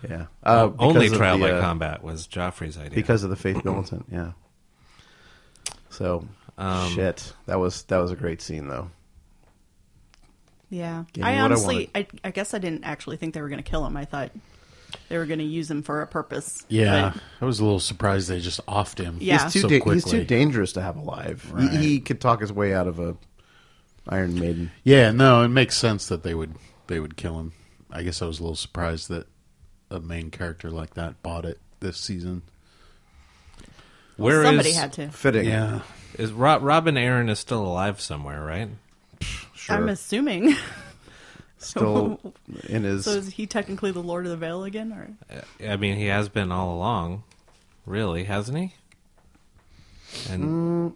[SPEAKER 2] yeah, uh, because
[SPEAKER 1] Only
[SPEAKER 2] of
[SPEAKER 1] trial
[SPEAKER 2] the,
[SPEAKER 1] by
[SPEAKER 2] uh,
[SPEAKER 1] combat was Joffrey's idea.
[SPEAKER 2] because of the faith militant. Yeah. So
[SPEAKER 1] Um,
[SPEAKER 2] shit, that was that was a great scene though.
[SPEAKER 3] Yeah.
[SPEAKER 2] Gave me
[SPEAKER 3] I
[SPEAKER 2] what I
[SPEAKER 3] honestly, I, I, guess I didn't actually think they were going to kill him. I thought they were going to use him for a purpose.
[SPEAKER 4] Yeah,
[SPEAKER 3] But
[SPEAKER 4] I was a little surprised they just offed him.
[SPEAKER 3] Yeah.
[SPEAKER 2] He's too
[SPEAKER 4] so
[SPEAKER 2] da-
[SPEAKER 4] quickly.
[SPEAKER 2] he's too dangerous to have alive.
[SPEAKER 4] Right.
[SPEAKER 2] He, he could talk his way out of a Iron Maiden.
[SPEAKER 4] Yeah, no, it makes sense that they would they would kill him. I guess I was a little surprised that a main character like that bought it this season.
[SPEAKER 1] Where
[SPEAKER 3] somebody
[SPEAKER 1] is-
[SPEAKER 3] had to.
[SPEAKER 2] Fitting.
[SPEAKER 4] Yeah,
[SPEAKER 1] Is Ro- Robin Aaron is still alive somewhere, right?
[SPEAKER 2] sure.
[SPEAKER 3] I'm assuming.
[SPEAKER 2] Still in his.
[SPEAKER 3] so is he technically the Lord of the Vale again? Or
[SPEAKER 1] I mean, he has been all along, really, hasn't he?
[SPEAKER 2] Mm.
[SPEAKER 1] And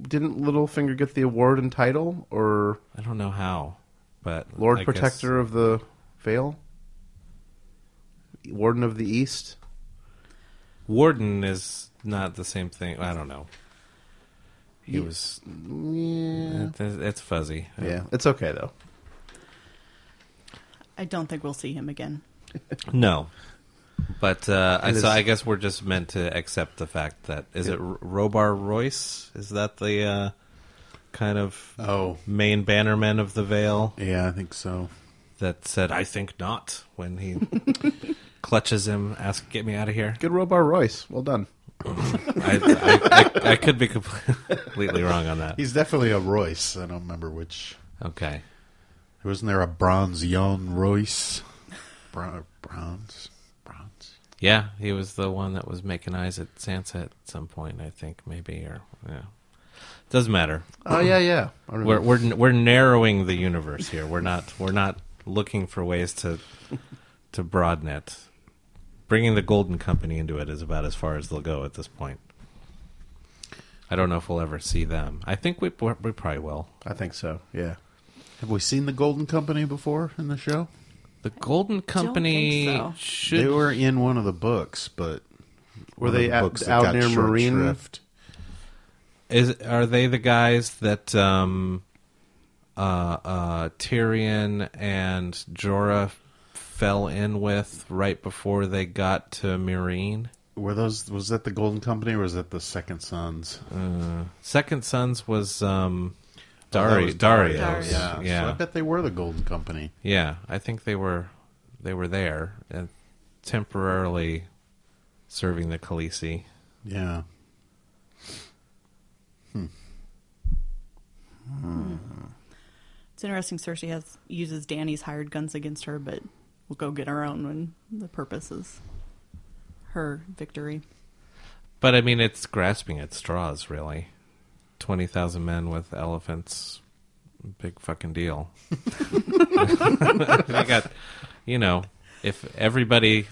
[SPEAKER 2] didn't Littlefinger get the award and title or
[SPEAKER 1] I don't know how, but
[SPEAKER 2] Lord
[SPEAKER 1] I guess-
[SPEAKER 2] Protector of the Vale? Warden of the East?
[SPEAKER 1] warden is not the same thing. I don't know. He was.
[SPEAKER 2] Yeah.
[SPEAKER 1] it- It's fuzzy.
[SPEAKER 2] Yeah, it's okay though.
[SPEAKER 3] I don't think we'll see him again.
[SPEAKER 1] No. But uh, I,
[SPEAKER 2] It is-
[SPEAKER 1] so I guess we're just meant to accept the fact that is it R- Robar Royce? Is that the uh, kind of
[SPEAKER 4] Oh.
[SPEAKER 1] main bannerman of the Vale
[SPEAKER 4] yeah, I think so.
[SPEAKER 1] that said "I think not" when he clutches him, ask "Get me out of here."
[SPEAKER 2] Good Robar Royce. Well done.
[SPEAKER 1] I, I, I, I could be completely wrong on that.
[SPEAKER 4] He's definitely a Royce. I don't remember which.
[SPEAKER 1] Okay,
[SPEAKER 4] Wasn't there a bronze Yon Royce? Bron- bronze, bronze.
[SPEAKER 1] yeah, he was the one that was making eyes at Sansa at some point, I think maybe, or yeah, doesn't matter.
[SPEAKER 2] Oh yeah, yeah. I remember.
[SPEAKER 1] We're we're we're narrowing the universe here. We're not we're not looking for ways to to broaden it. Bringing the Golden Company into it is about as far as they'll go at this point. I don't know if we'll ever see them. I think we we probably will.
[SPEAKER 2] I think so. Yeah.
[SPEAKER 4] Have we seen the Golden Company before in the show?
[SPEAKER 1] The Golden Company
[SPEAKER 3] so.
[SPEAKER 1] should
[SPEAKER 4] They were in one of the books, but
[SPEAKER 2] Were
[SPEAKER 4] one of
[SPEAKER 2] they
[SPEAKER 4] the
[SPEAKER 2] out-
[SPEAKER 4] books that
[SPEAKER 2] out
[SPEAKER 4] got
[SPEAKER 2] near
[SPEAKER 4] short
[SPEAKER 2] Marine?
[SPEAKER 4] shrift.
[SPEAKER 1] Is are they the guys that um, uh, uh, Tyrion and Jorah fell in with right before they got to Meereen?
[SPEAKER 4] Were those? Was that the Golden Company, or was that the Second Sons?
[SPEAKER 1] Second Sons was um,
[SPEAKER 4] Oh, That
[SPEAKER 1] Dari-
[SPEAKER 4] was
[SPEAKER 1] Dario.
[SPEAKER 3] Darius.
[SPEAKER 4] Yeah,
[SPEAKER 1] Yeah,
[SPEAKER 4] So I
[SPEAKER 1] yeah.
[SPEAKER 4] bet they were the Golden Company.
[SPEAKER 1] yeah. I think they were they were there and temporarily serving the Khaleesi.
[SPEAKER 4] Yeah.
[SPEAKER 3] It's interesting. Cersei has uses Danny's hired guns against her, but we'll go get her own when the purpose is her victory.
[SPEAKER 1] But I mean, it's grasping at straws, really. Twenty thousand men with elephants, big fucking deal. they got, you know, if everybody,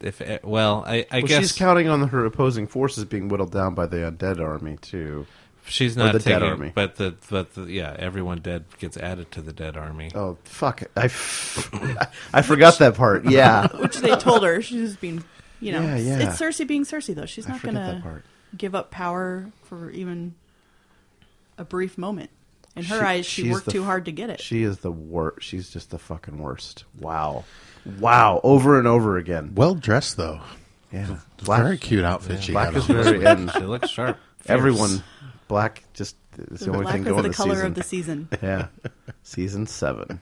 [SPEAKER 1] if e- well, I, I
[SPEAKER 2] well,
[SPEAKER 1] guess
[SPEAKER 2] she's counting on her opposing forces being whittled down by the undead army too.
[SPEAKER 1] she's
[SPEAKER 2] or
[SPEAKER 1] not
[SPEAKER 2] the
[SPEAKER 1] taking,
[SPEAKER 2] dead army.
[SPEAKER 1] but the but the, yeah, everyone dead gets added to the dead army.
[SPEAKER 2] Oh fuck! it. I, f- I forgot that part. Yeah,
[SPEAKER 3] Which they told her she's being, you know,
[SPEAKER 2] Yeah, yeah.
[SPEAKER 3] it's Cersei being Cersei though. She's
[SPEAKER 2] I
[SPEAKER 3] not
[SPEAKER 2] forget that
[SPEAKER 3] gonna
[SPEAKER 2] part.
[SPEAKER 3] give up power for even a brief moment. In her
[SPEAKER 2] She-
[SPEAKER 3] eyes, she
[SPEAKER 2] she's
[SPEAKER 3] worked
[SPEAKER 2] the
[SPEAKER 3] too
[SPEAKER 2] f-
[SPEAKER 3] hard to get it.
[SPEAKER 2] She is the worst. She's just the fucking worst. Wow, wow, over and over again.
[SPEAKER 4] Well dressed though.
[SPEAKER 2] Yeah,
[SPEAKER 4] Very
[SPEAKER 2] black.
[SPEAKER 4] cute outfit she
[SPEAKER 2] Black
[SPEAKER 4] had
[SPEAKER 2] is
[SPEAKER 4] on.
[SPEAKER 2] very in.
[SPEAKER 1] She looks sharp. Fierce.
[SPEAKER 2] Everyone, black. Just it's the only
[SPEAKER 3] black
[SPEAKER 2] thing
[SPEAKER 3] was
[SPEAKER 2] going
[SPEAKER 3] the
[SPEAKER 2] this
[SPEAKER 3] color
[SPEAKER 2] season.
[SPEAKER 3] of the season.
[SPEAKER 2] yeah, season seven.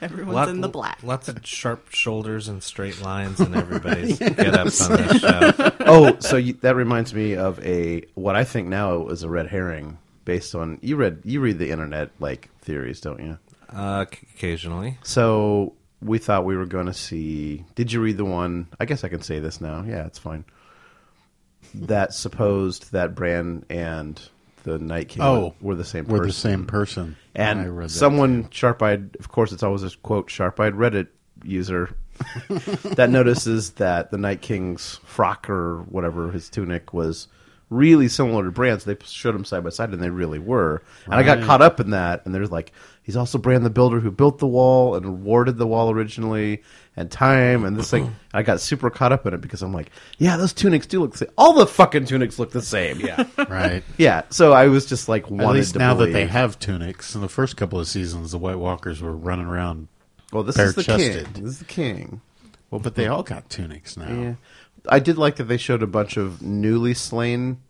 [SPEAKER 3] Everyone's
[SPEAKER 1] Lot-
[SPEAKER 3] in the black.
[SPEAKER 1] Lots of sharp shoulders and straight lines, and everybody's get ups on this show.
[SPEAKER 2] oh, so you, that reminds me of a what I think now is a red herring based on you read you read the internet like theories, don't you?
[SPEAKER 1] Uh, c- occasionally.
[SPEAKER 2] So we thought we were going to see. Did you read the one? I guess I can say this now. Yeah, it's fine. That supposed that Bran and the Night King
[SPEAKER 4] Oh.
[SPEAKER 2] were the same
[SPEAKER 4] We're
[SPEAKER 2] person.
[SPEAKER 4] the same person. I read
[SPEAKER 2] And
[SPEAKER 4] that.
[SPEAKER 2] someone sharp eyed, of course, it's always a quote sharp eyed Reddit user that notices that the Night King's frock or whatever his tunic was really similar to Bran's. They showed them side by side, and they really were. And I got
[SPEAKER 4] Right.
[SPEAKER 2] caught up in that. And there's like, he's also Bran the Builder who built the wall and awarded the wall originally, and time and this thing. I got super caught up in it because I'm like, yeah, those tunics do look the same. All the fucking tunics look the same. Yeah.
[SPEAKER 4] right.
[SPEAKER 2] yeah. So I was just like, wanted
[SPEAKER 4] At least
[SPEAKER 2] to
[SPEAKER 4] now
[SPEAKER 2] believe.
[SPEAKER 4] that they have tunics. In the first couple of seasons, the White Walkers were running around.
[SPEAKER 2] Well, this is the
[SPEAKER 4] Bare-chested.
[SPEAKER 2] king. This is the king.
[SPEAKER 4] Well, but they all got tunics now.
[SPEAKER 2] Yeah, I did like that they showed a bunch of newly slain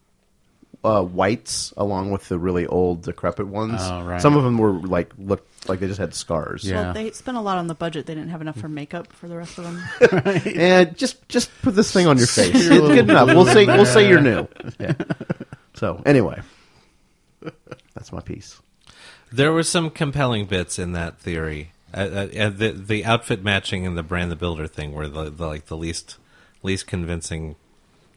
[SPEAKER 2] uh, whites along with the really old, decrepit ones.
[SPEAKER 4] Oh, right.
[SPEAKER 2] Some of them were like looked like they just had scars.
[SPEAKER 4] Yeah.
[SPEAKER 3] Well, they spent a lot on the budget. They didn't have enough for makeup for the rest of them.
[SPEAKER 2] and just just put this thing on your face. It's
[SPEAKER 4] Your little
[SPEAKER 2] good enough.
[SPEAKER 4] blue
[SPEAKER 2] We'll say
[SPEAKER 4] in
[SPEAKER 2] we'll say you're new. Yeah. So anyway, that's my piece.
[SPEAKER 1] There were some compelling bits in that theory. Uh, uh, uh, the the outfit matching and the brand the builder thing were the, the like the least least convincing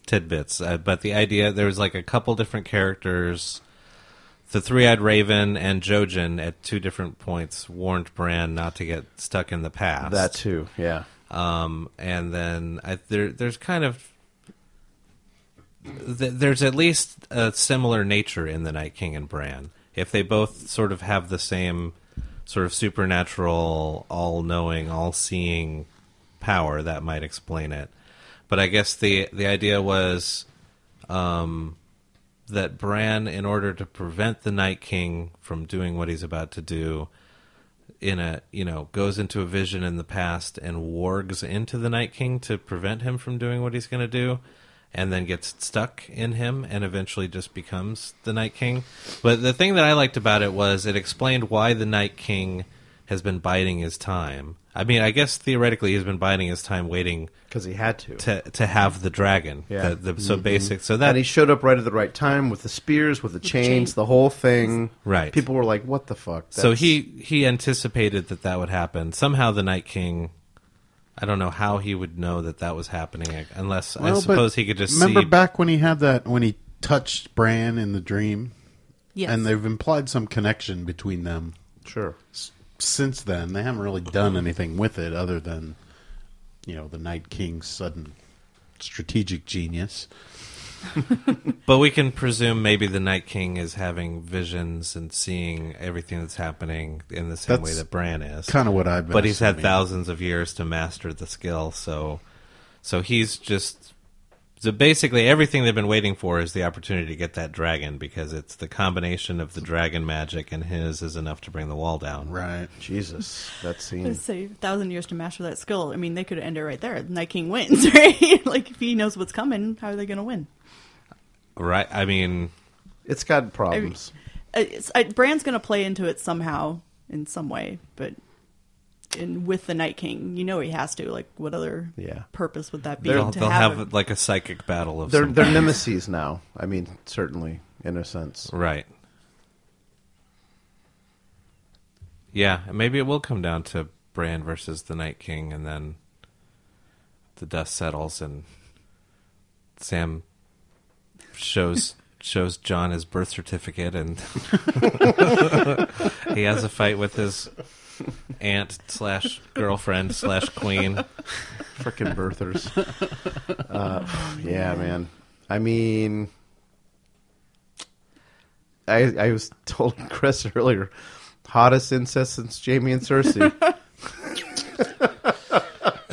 [SPEAKER 1] tidbits. Uh, but the idea there was like a couple different characters. The three eyed raven and Jojen at two different points warned Bran not to get stuck in the past.
[SPEAKER 2] That too. Yeah.
[SPEAKER 1] Um, and then I, there, there's kind of th- there's at least a similar nature in the Night King and Bran. If they both sort of have the same sort of supernatural, all-knowing, all-seeing power, that might explain it. But I guess the the idea was um, that Bran, in order to prevent the Night King from doing what he's about to do, in a you know goes into a vision in the past and wargs into the Night King to prevent him from doing what he's going to do, and then gets stuck in him and eventually just becomes the Night King. But the thing that I liked about it was it explained why the Night King has been biding his time. I mean, I guess theoretically he's been biding his time waiting
[SPEAKER 2] Because he had to.
[SPEAKER 1] to to have the dragon.
[SPEAKER 2] Yeah.
[SPEAKER 1] The, the, so basic. So that
[SPEAKER 2] and he showed up right at the right time with the spears, with the chains,
[SPEAKER 3] chains.
[SPEAKER 2] the whole thing.
[SPEAKER 1] Right.
[SPEAKER 2] People were like, "What the fuck?"
[SPEAKER 1] so
[SPEAKER 2] That's-
[SPEAKER 1] he he anticipated that that would happen. Somehow the Night King. I don't know how he would know that that was happening, unless I
[SPEAKER 4] Well, but
[SPEAKER 1] suppose he could just
[SPEAKER 4] remember
[SPEAKER 1] see.
[SPEAKER 4] back when he had that when he touched Bran in the dream,
[SPEAKER 3] Yes.
[SPEAKER 4] and they've implied some connection between them
[SPEAKER 2] sure.
[SPEAKER 4] s- since then. They haven't really done anything with it other than you know the Night King's sudden strategic genius.
[SPEAKER 1] but we can presume maybe the Night King is having visions and seeing everything that's happening in the same way
[SPEAKER 4] That's
[SPEAKER 1] that Bran is.
[SPEAKER 4] Kind of what I've been.
[SPEAKER 1] but he's had
[SPEAKER 4] assuming.
[SPEAKER 1] thousands of years to master the skill so so he's just so basically everything they've been waiting for is the opportunity to get that dragon because it's the combination of the dragon magic and his is enough to bring the wall down
[SPEAKER 4] right.
[SPEAKER 2] Jesus, that scene.
[SPEAKER 3] Let's say a thousand years to master that skill. I mean, they could end it right there. The Night King wins, right? like if he knows what's coming, how are they going to win?
[SPEAKER 1] right i mean
[SPEAKER 2] It's got problems.
[SPEAKER 3] Uh, It's, I, Bran's going to play into it somehow in some way, but in with the Night King, you know he has to. Like, what other
[SPEAKER 2] Yeah.
[SPEAKER 3] purpose would that be?
[SPEAKER 1] they'll,
[SPEAKER 3] to
[SPEAKER 1] they'll
[SPEAKER 3] have
[SPEAKER 1] have,
[SPEAKER 3] him?
[SPEAKER 1] like a psychic battle of
[SPEAKER 2] they're
[SPEAKER 1] some
[SPEAKER 2] they're nemesis now. I mean, certainly in a sense.
[SPEAKER 1] Right. Yeah, and maybe it will come down to Bran versus the Night King, and then the dust settles, and Sam shows shows John his birth certificate, and he has a fight with his aunt slash girlfriend slash queen.
[SPEAKER 2] Freaking birthers. uh, yeah, man. I mean, I I was told Chris earlier, hottest incest since Jamie and Cersei.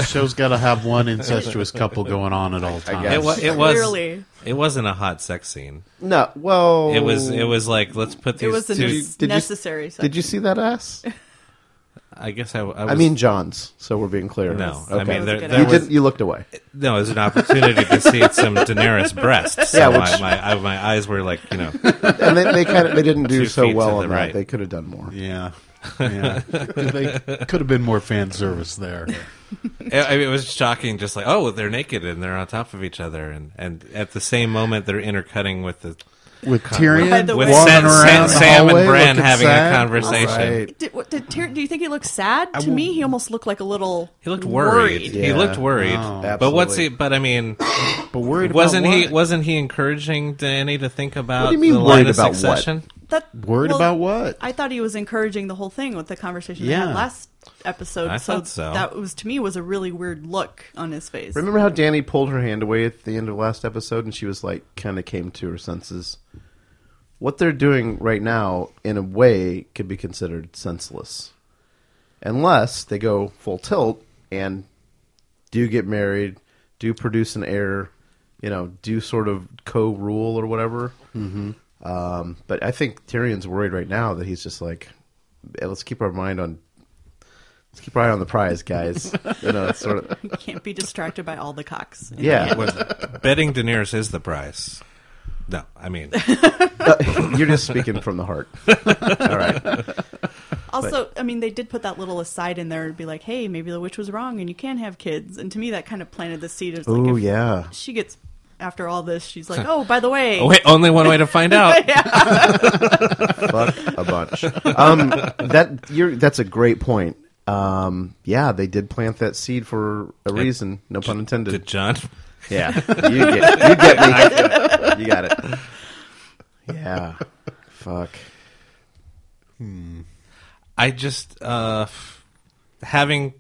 [SPEAKER 4] Show's got to have one incestuous couple going on at all times.
[SPEAKER 1] It, wa- it was
[SPEAKER 3] Clearly.
[SPEAKER 1] it wasn't a hot sex scene.
[SPEAKER 2] no, well,
[SPEAKER 1] It was
[SPEAKER 4] Oh.
[SPEAKER 1] it was like let's put
[SPEAKER 3] it
[SPEAKER 1] these
[SPEAKER 3] was a
[SPEAKER 1] two.
[SPEAKER 3] ne-
[SPEAKER 2] you-
[SPEAKER 3] necessary. sex.
[SPEAKER 2] Did you see that ass?
[SPEAKER 1] I guess I, I,
[SPEAKER 2] I
[SPEAKER 1] was-
[SPEAKER 2] mean, John's. So we're being clear.
[SPEAKER 1] No,
[SPEAKER 2] okay.
[SPEAKER 1] I
[SPEAKER 3] That
[SPEAKER 1] mean
[SPEAKER 3] was
[SPEAKER 1] there,
[SPEAKER 3] a good
[SPEAKER 1] there
[SPEAKER 2] you
[SPEAKER 1] was,
[SPEAKER 2] didn't. You looked away.
[SPEAKER 1] no, it was an opportunity to see some Daenerys breasts. So
[SPEAKER 2] Yeah,
[SPEAKER 1] my,
[SPEAKER 2] which-
[SPEAKER 1] my, I, my eyes were like you know
[SPEAKER 2] and they, they kind of they didn't do
[SPEAKER 1] Two
[SPEAKER 2] so
[SPEAKER 1] feet to
[SPEAKER 2] well on
[SPEAKER 1] the
[SPEAKER 2] that.
[SPEAKER 1] right.
[SPEAKER 2] They could have done more.
[SPEAKER 4] Yeah. Yeah. they could have been more fan service there.
[SPEAKER 1] it, I mean, it was shocking. Just like oh they're naked and they're on top of each other and and at the same moment they're intercutting with the
[SPEAKER 4] with Tyrion
[SPEAKER 3] the
[SPEAKER 1] with
[SPEAKER 3] way-
[SPEAKER 4] walking
[SPEAKER 1] Sam, Sam,
[SPEAKER 4] around
[SPEAKER 1] Sam
[SPEAKER 4] the hallway
[SPEAKER 1] and Bran
[SPEAKER 4] looking
[SPEAKER 1] having
[SPEAKER 4] sad.
[SPEAKER 1] a conversation.
[SPEAKER 4] Right.
[SPEAKER 3] Did, what, did Tyr- do you think he looked sad? to me, he almost looked like a little.
[SPEAKER 1] He looked worried. He
[SPEAKER 2] Yeah.
[SPEAKER 1] looked worried.
[SPEAKER 2] Oh.
[SPEAKER 1] but what's
[SPEAKER 2] Absolutely.
[SPEAKER 1] he? But I mean,
[SPEAKER 4] But worried
[SPEAKER 1] wasn't
[SPEAKER 4] about
[SPEAKER 1] he?
[SPEAKER 4] what?
[SPEAKER 1] Wasn't he encouraging Danny to think about
[SPEAKER 2] do you mean
[SPEAKER 1] the line
[SPEAKER 2] worried
[SPEAKER 1] of
[SPEAKER 2] about what?
[SPEAKER 1] succession?
[SPEAKER 3] That
[SPEAKER 4] worried
[SPEAKER 3] well,
[SPEAKER 4] about what?
[SPEAKER 3] I thought he was encouraging the whole thing with the conversation they
[SPEAKER 4] Yeah.
[SPEAKER 3] had last episode.
[SPEAKER 1] I
[SPEAKER 3] so,
[SPEAKER 1] thought so.
[SPEAKER 3] that was to me was a really weird look on his face.
[SPEAKER 2] Remember how Danny pulled her hand away at the end of last episode and she was like, kind of came to her senses? What they're doing right now, in a way, could be considered senseless. Unless they go full tilt and do get married, do produce an heir, you know, do sort of co rule or whatever. Mm-hmm. Um, but I think Tyrion's worried right now that he's just like, "Eh, let's keep our mind on. Let's keep our eye on the prize, guys. you know, it's sort of
[SPEAKER 3] You can't be distracted by all the cocks.
[SPEAKER 2] yeah.
[SPEAKER 1] Was- betting Daenerys is the price. No, I mean,
[SPEAKER 2] Uh, You're just speaking from the heart. All right.
[SPEAKER 3] Also, I mean, they did put that little aside in there to be like, "Hey, maybe the witch was wrong, and you can have kids." And to me, that kind of planted the seed. It's like
[SPEAKER 2] Oh
[SPEAKER 3] if
[SPEAKER 2] yeah.
[SPEAKER 3] she gets after all this, she's like, "Oh, by the way,
[SPEAKER 1] wait, only one way to find
[SPEAKER 2] oh.
[SPEAKER 1] out.
[SPEAKER 3] yeah,
[SPEAKER 2] Fuck a bunch. Um, that you're. That's a great point. Um, yeah, they did plant that seed for a reason. No pun
[SPEAKER 1] Did
[SPEAKER 2] intended.
[SPEAKER 1] John?
[SPEAKER 2] Yeah, you get, you get me. You got it. Yeah. Fuck.
[SPEAKER 1] I just uh, having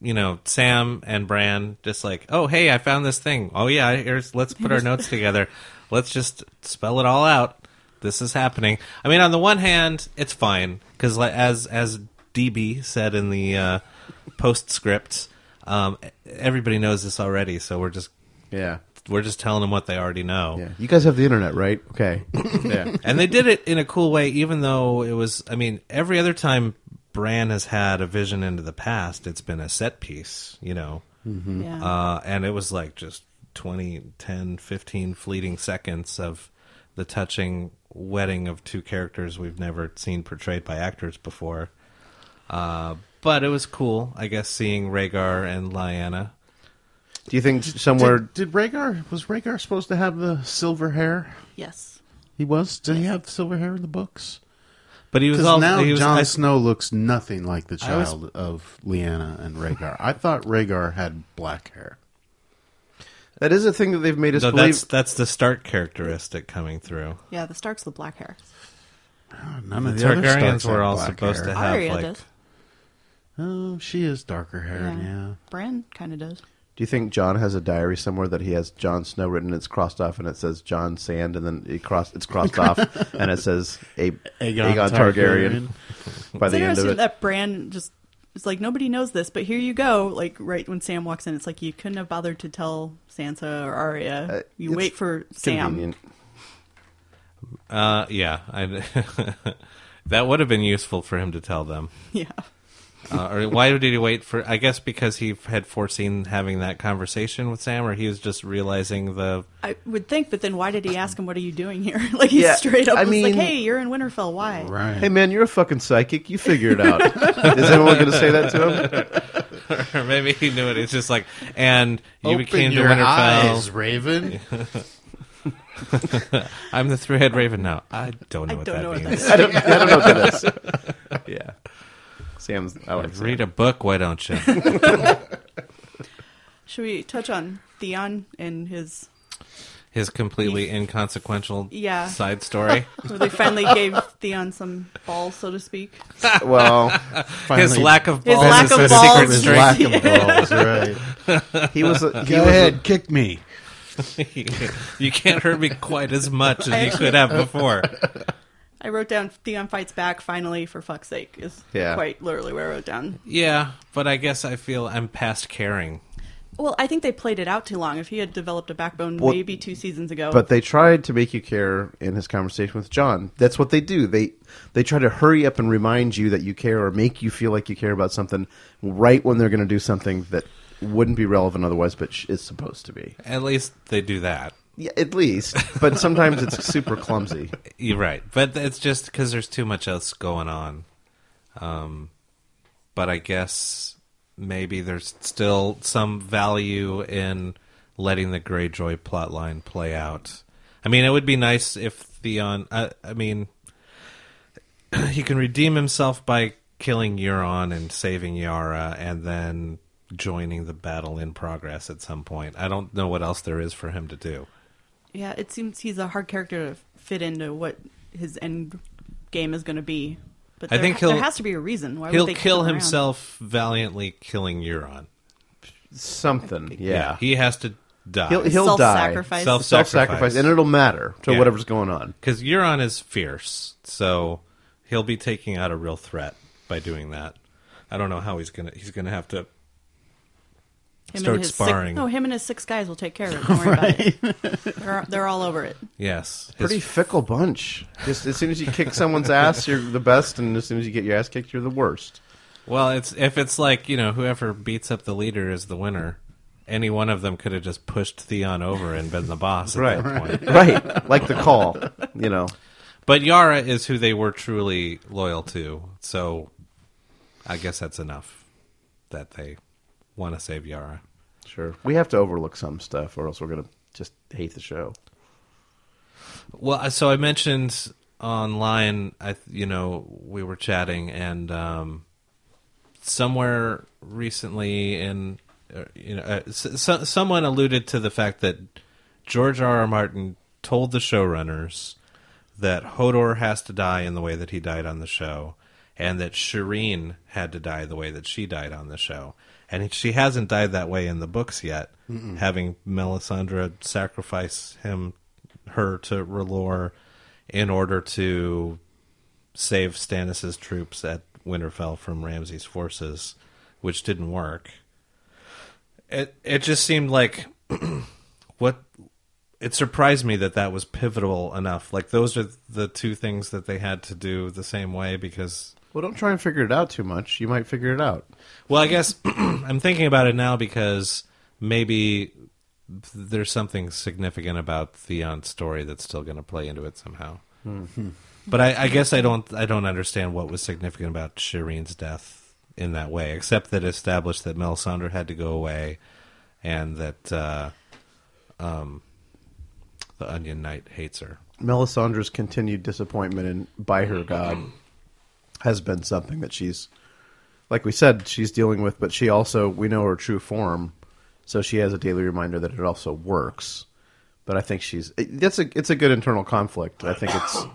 [SPEAKER 1] you know Sam and Bran just like, oh hey, I found this thing. Oh yeah, here's let's put our notes together. Let's just spell it all out. This is happening. I mean, on the one hand, it's fine because as as DB said in the uh, postscript, um, everybody knows this already. So we're just
[SPEAKER 2] Yeah.
[SPEAKER 1] we're just telling them what they already know
[SPEAKER 2] Yeah. You guys have the internet, right? Okay. Yeah.
[SPEAKER 1] and they did it in a cool way, even though it was. I mean, every other time Bran has had a vision into the past, it's been a set piece, you know.
[SPEAKER 4] Hmm.
[SPEAKER 2] Mm-hmm.
[SPEAKER 3] yeah.
[SPEAKER 1] Uh, and it was like just 20, 10, 15 fleeting seconds of the touching wedding of two characters we've never seen portrayed by actors before. Uh, but it was cool, I guess, seeing Rhaegar and Lyanna.
[SPEAKER 2] Do you think somewhere?
[SPEAKER 4] Did, did Rhaegar was Rhaegar supposed to have the silver hair?
[SPEAKER 3] yes."
[SPEAKER 4] He was. Did he have silver hair in the books?
[SPEAKER 1] But he was
[SPEAKER 4] Because
[SPEAKER 1] also
[SPEAKER 4] now
[SPEAKER 1] he was,
[SPEAKER 4] Jon
[SPEAKER 1] I-
[SPEAKER 4] Snow looks nothing like the
[SPEAKER 1] I was-
[SPEAKER 4] child of Lyanna and Rhaegar. I thought Rhaegar had black hair.
[SPEAKER 2] That is a thing that they've made us
[SPEAKER 1] no,
[SPEAKER 2] believe.
[SPEAKER 1] that's that's the Stark characteristic coming through.
[SPEAKER 3] Yeah, the Stark's the black hair.
[SPEAKER 4] None of
[SPEAKER 1] The
[SPEAKER 4] the other
[SPEAKER 1] Targaryens
[SPEAKER 4] Starks
[SPEAKER 1] were
[SPEAKER 4] had
[SPEAKER 1] all
[SPEAKER 4] black
[SPEAKER 1] supposed
[SPEAKER 4] hair.
[SPEAKER 1] to have
[SPEAKER 3] Arya
[SPEAKER 1] like
[SPEAKER 3] does.
[SPEAKER 4] Oh, she is darker hair. Yeah.
[SPEAKER 3] Bran kind of does.
[SPEAKER 2] Do you think John has a diary somewhere that he has John Snow written and it's crossed off and it says John Sand and then it cross, it's crossed off and it says A- Aegon, Targaryen, by
[SPEAKER 3] It's
[SPEAKER 2] the end of
[SPEAKER 3] interesting
[SPEAKER 2] it?
[SPEAKER 3] that Bran just it's like nobody knows this, but here you go. Like right when Sam walks in, it's like you couldn't have bothered to tell Sansa or Arya.
[SPEAKER 2] Uh,
[SPEAKER 3] you
[SPEAKER 2] it's
[SPEAKER 3] wait for Sam.
[SPEAKER 2] Convenient.
[SPEAKER 1] Uh, yeah, I, that would have been useful for him to tell them.
[SPEAKER 3] Yeah.
[SPEAKER 1] Uh, or why did he wait for? I guess because he had foreseen having that conversation with Sam, or he was just realizing the.
[SPEAKER 3] I would think, but then why did he ask him, "What are you doing here?" like he
[SPEAKER 2] Yeah,
[SPEAKER 3] straight up
[SPEAKER 2] I
[SPEAKER 3] was
[SPEAKER 2] mean-
[SPEAKER 3] like, "Hey, you're in Winterfell. Why?"
[SPEAKER 4] Right.
[SPEAKER 2] Hey man, you're a fucking psychic. You figure it out. is anyone going to say that to him?
[SPEAKER 1] Or maybe he knew it. It's just like, and you
[SPEAKER 4] Open
[SPEAKER 1] became
[SPEAKER 4] your
[SPEAKER 1] the Winterfell.
[SPEAKER 4] eyes, Raven.
[SPEAKER 1] I'm the three-head raven now. I don't know
[SPEAKER 3] I
[SPEAKER 1] what
[SPEAKER 3] don't
[SPEAKER 1] that
[SPEAKER 3] know what
[SPEAKER 1] means.
[SPEAKER 3] that is.
[SPEAKER 2] I don't know what that is. Yeah, Sam's. I like Sam.
[SPEAKER 1] Read a book, why don't you?
[SPEAKER 3] Should we touch on Theon and his?
[SPEAKER 1] His completely inconsequential
[SPEAKER 3] Yeah.
[SPEAKER 1] side story.
[SPEAKER 3] Where they finally gave Theon some balls, so to speak.
[SPEAKER 2] Well,
[SPEAKER 1] His
[SPEAKER 4] Finally-
[SPEAKER 1] lack of
[SPEAKER 3] His
[SPEAKER 1] balls
[SPEAKER 3] lack
[SPEAKER 1] is
[SPEAKER 3] of
[SPEAKER 1] his
[SPEAKER 3] balls.
[SPEAKER 1] secret
[SPEAKER 4] His
[SPEAKER 3] Straight.
[SPEAKER 1] strength.
[SPEAKER 4] lack of balls. Right.
[SPEAKER 2] he was. A, he
[SPEAKER 4] Go
[SPEAKER 2] was
[SPEAKER 4] ahead, kick me.
[SPEAKER 1] you can't hurt me quite as much as you could have before.
[SPEAKER 3] I wrote down Theon fights back finally for fuck's sake is
[SPEAKER 2] Yeah.
[SPEAKER 3] quite literally where I wrote down.
[SPEAKER 1] Yeah, but I guess I feel I'm past caring.
[SPEAKER 3] Well, I think they played it out too long. If he had developed a backbone
[SPEAKER 2] Well,
[SPEAKER 3] maybe two seasons ago,
[SPEAKER 2] But they tried to make you care in his conversation with John. That's what they do. They they try to hurry up and remind you that you care or make you feel like you care about something right when they're going to do something that wouldn't be relevant otherwise, but sh- is supposed to be.
[SPEAKER 1] At least they do that.
[SPEAKER 2] Yeah, at least. But sometimes it's super clumsy.
[SPEAKER 1] You're right, but it's just because there's too much else going on. Um, but I guess maybe there's still some value in letting the Greyjoy plotline play out. I mean, it would be nice if Theon. I, I mean, he can redeem himself by killing Euron and saving Yara, and then joining the battle in progress at some point. I don't know what else there is for him to do.
[SPEAKER 3] Yeah, it seems he's a hard character to fit into what his end game is going to be. But
[SPEAKER 1] I
[SPEAKER 3] there,
[SPEAKER 1] think he'll-
[SPEAKER 3] there has to be a reason. Why
[SPEAKER 1] He'll
[SPEAKER 3] would they keep
[SPEAKER 1] kill
[SPEAKER 3] him around?
[SPEAKER 1] himself valiantly, killing Euron.
[SPEAKER 2] Something. Yeah.
[SPEAKER 1] he has to die.
[SPEAKER 2] He'll- he'll
[SPEAKER 3] Self-sacrifice.
[SPEAKER 2] die.
[SPEAKER 1] Self-
[SPEAKER 2] Self-sacrifice, and it'll matter to
[SPEAKER 1] Yeah.
[SPEAKER 2] whatever's going on.
[SPEAKER 1] because Euron is fierce, so he'll be taking out a real threat by doing that. I don't know how he's gonna. He's gonna have to.
[SPEAKER 3] Him
[SPEAKER 1] start
[SPEAKER 3] and his Oh,
[SPEAKER 1] sparring.
[SPEAKER 3] Six, no, him and his six guys will take care of it. Don't worry about it. They're, they're all over it.
[SPEAKER 1] Yes, his-
[SPEAKER 2] Pretty fickle bunch. Just as soon as you kick someone's ass, you're the best, and as soon as you get your ass kicked, you're the worst.
[SPEAKER 1] well, it's if it's like you know whoever beats up the leader is the winner. Any one of them could have just pushed Theon over and been the boss at
[SPEAKER 2] Right.
[SPEAKER 1] that point.
[SPEAKER 2] Right. Like the call. You know.
[SPEAKER 1] But Yara is who they were truly loyal to, so I guess that's enough that they want to save Yara.
[SPEAKER 2] Sure. We have to overlook some stuff, or else we're gonna just hate the show.
[SPEAKER 1] Well, I- so I mentioned online, I th- you know we were chatting, and um, somewhere recently, in uh, you know, uh, s- so, someone alluded to the fact that George R. R. Martin told the showrunners that Hodor has to die in the way that he died on the show, and that Shireen had to die the way that she died on the show. And she hasn't died that way in the books yet, having Melisandre sacrifice him, her to R'hllor, in order to save Stannis's troops at Winterfell from Ramsay's forces, which didn't work. It it just seemed like what it surprised me that that was pivotal enough. Like those are the two things that they had to do the same way because
[SPEAKER 2] Well, don't try and figure it out too much. You might figure it out.
[SPEAKER 1] well, I guess I'm thinking about it now because maybe there's something significant about Theon's story that's still going to play into it somehow. But I, I guess I don't I don't understand what was significant about Shireen's death in that way, except that it established that Melisandre had to go away, and that uh, um, the Onion Knight hates her.
[SPEAKER 2] Melisandre's continued disappointment in by her god has been something that she's like we said she's dealing with but she also we know her true form so she has a daily reminder that it also works but i think she's it- that's a it's a good internal conflict i think it's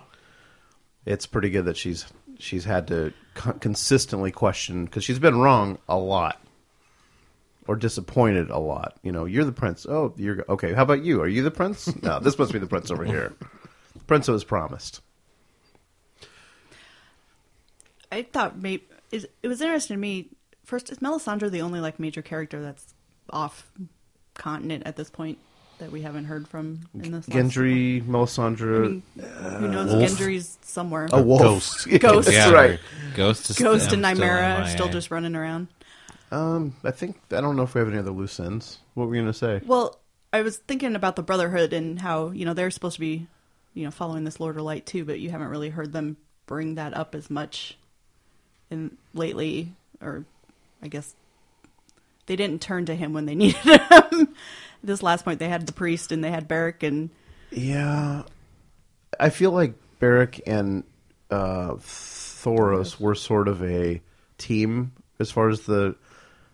[SPEAKER 2] it's pretty good that she's she's had to con- consistently question cuz she's been wrong a lot or disappointed a lot. You know, you're the prince. Oh, you're okay. How about you? Are you the prince? No, this must be the prince over here. The prince was promised.
[SPEAKER 3] I thought maybe is, it was interesting to me. First, is Melisandre the only like major character that's off continent at this point that we haven't heard from in this? last-
[SPEAKER 2] Gendry, uh, Melisandre,
[SPEAKER 3] who knows?
[SPEAKER 4] wolf?
[SPEAKER 3] Gendry's somewhere.
[SPEAKER 2] a wolf,
[SPEAKER 4] Ghost.
[SPEAKER 2] Ghost,
[SPEAKER 1] Yeah.
[SPEAKER 2] right?
[SPEAKER 1] Ghost is
[SPEAKER 3] Ghost and
[SPEAKER 1] I'm still
[SPEAKER 3] Nymera are
[SPEAKER 1] MIA.
[SPEAKER 3] still just running around.
[SPEAKER 2] Um, I think I don't know if we have any other loose ends. What were you gonna say?
[SPEAKER 3] Well, I was thinking about the Brotherhood and how you know they're supposed to be, you know, following this Lord of Light too, but you haven't really heard them bring that up as much in lately, or I guess they didn't turn to him when they needed him. this last point, they had the priest and they had Beric, and
[SPEAKER 2] Yeah, I feel like Barrick and uh, Thoros were sort of a team as far as the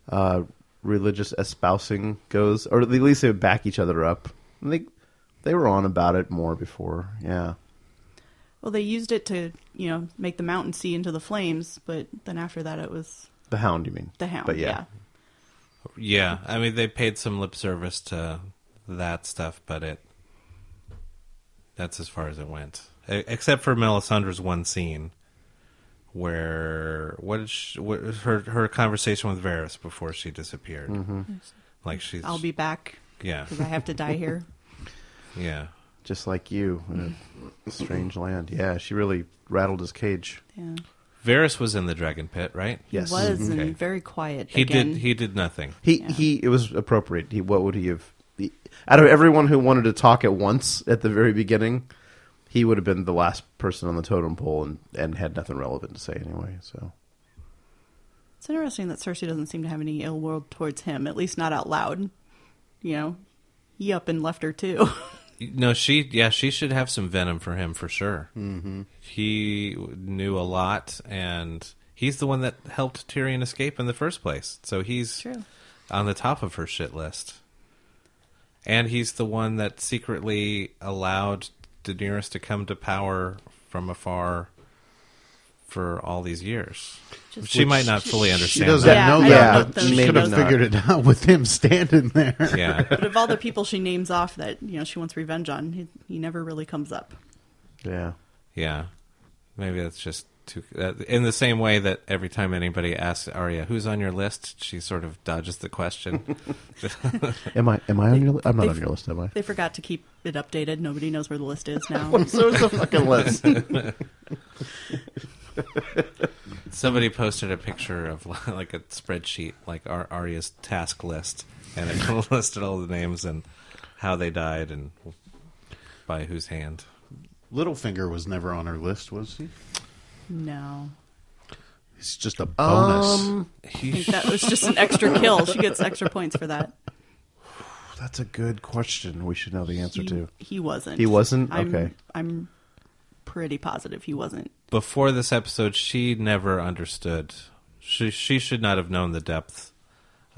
[SPEAKER 2] uh, religious espousing goes, or at least they would back each other up. And they they were on about it more before. Yeah,
[SPEAKER 3] well, they used it to you know make the mountain see into the flames, but then after that, it was
[SPEAKER 2] the Hound, you mean?
[SPEAKER 3] the hound.
[SPEAKER 2] But
[SPEAKER 3] yeah.
[SPEAKER 2] yeah,
[SPEAKER 1] Yeah, I mean they paid some lip service to that stuff, but it that's as far as it went. E- Except for Melisandre's one scene where what did she, what, her her conversation with Varys before she disappeared. Like she's
[SPEAKER 3] I'll be back
[SPEAKER 1] yeah,
[SPEAKER 3] because I have to die here.
[SPEAKER 1] yeah.
[SPEAKER 2] just like you in a
[SPEAKER 3] Mm-hmm.
[SPEAKER 2] strange land. Yeah, she really rattled his cage.
[SPEAKER 3] Yeah.
[SPEAKER 1] Varys was in the dragon pit, right?
[SPEAKER 2] Yes.
[SPEAKER 3] He was
[SPEAKER 1] Mhm. Okay.
[SPEAKER 3] and very quiet.
[SPEAKER 1] He
[SPEAKER 3] again.
[SPEAKER 1] did he did nothing.
[SPEAKER 2] He he. It was appropriate. He what would he have? he- out of everyone who wanted to talk at once at the very beginning, he would have been the last person on the totem pole and and had nothing relevant to say anyway. So
[SPEAKER 3] It's interesting that Cersei doesn't seem to have any ill will towards him, at least not out loud. You know, he up and left her too.
[SPEAKER 1] no, she yeah, she should have some venom for him for sure. Mm-hmm. He knew a lot, and he's the one that helped Tyrion escape in the first place. So he's
[SPEAKER 3] True.
[SPEAKER 1] on the top of her shit list, and he's the one that secretly allowed Daenerys to come to power from afar for all these years.
[SPEAKER 3] Just-
[SPEAKER 1] she might not fully
[SPEAKER 4] She
[SPEAKER 1] understand.
[SPEAKER 4] doesn't
[SPEAKER 1] that.
[SPEAKER 3] Yeah, I
[SPEAKER 4] know
[SPEAKER 2] don't
[SPEAKER 4] that,
[SPEAKER 2] know
[SPEAKER 4] but
[SPEAKER 3] those-
[SPEAKER 4] she could have
[SPEAKER 2] Maybe not.
[SPEAKER 4] figured it out with him standing there.
[SPEAKER 1] Yeah.
[SPEAKER 3] But of all the people she names off that you know she wants revenge on, he, he never really comes up.
[SPEAKER 2] Yeah.
[SPEAKER 1] Yeah, maybe that's just too. Uh, in the same way that every time anybody asks Arya who's on your list, she sort of dodges the question.
[SPEAKER 2] Am I? Am I on your? li- I'm not
[SPEAKER 3] They-
[SPEAKER 2] on your list, am I?
[SPEAKER 3] They forgot to keep it updated. Nobody knows where the list is now.
[SPEAKER 2] So it's a fucking list.
[SPEAKER 1] Somebody posted a picture of like a spreadsheet, like Ar- Arya's task list, and it listed all the names and how they died and by whose hand.
[SPEAKER 4] Littlefinger was never on her list, was he?
[SPEAKER 3] no,
[SPEAKER 4] He's just a bonus.
[SPEAKER 3] I think that was just an extra kill. She gets extra points for that.
[SPEAKER 2] That's a good question. We should know the answer
[SPEAKER 3] he,
[SPEAKER 2] to.
[SPEAKER 3] he wasn't.
[SPEAKER 2] He wasn't?
[SPEAKER 3] I'm,
[SPEAKER 2] Okay.
[SPEAKER 3] I'm pretty positive he wasn't.
[SPEAKER 1] Before this episode, she never understood. She she should not have known the depth.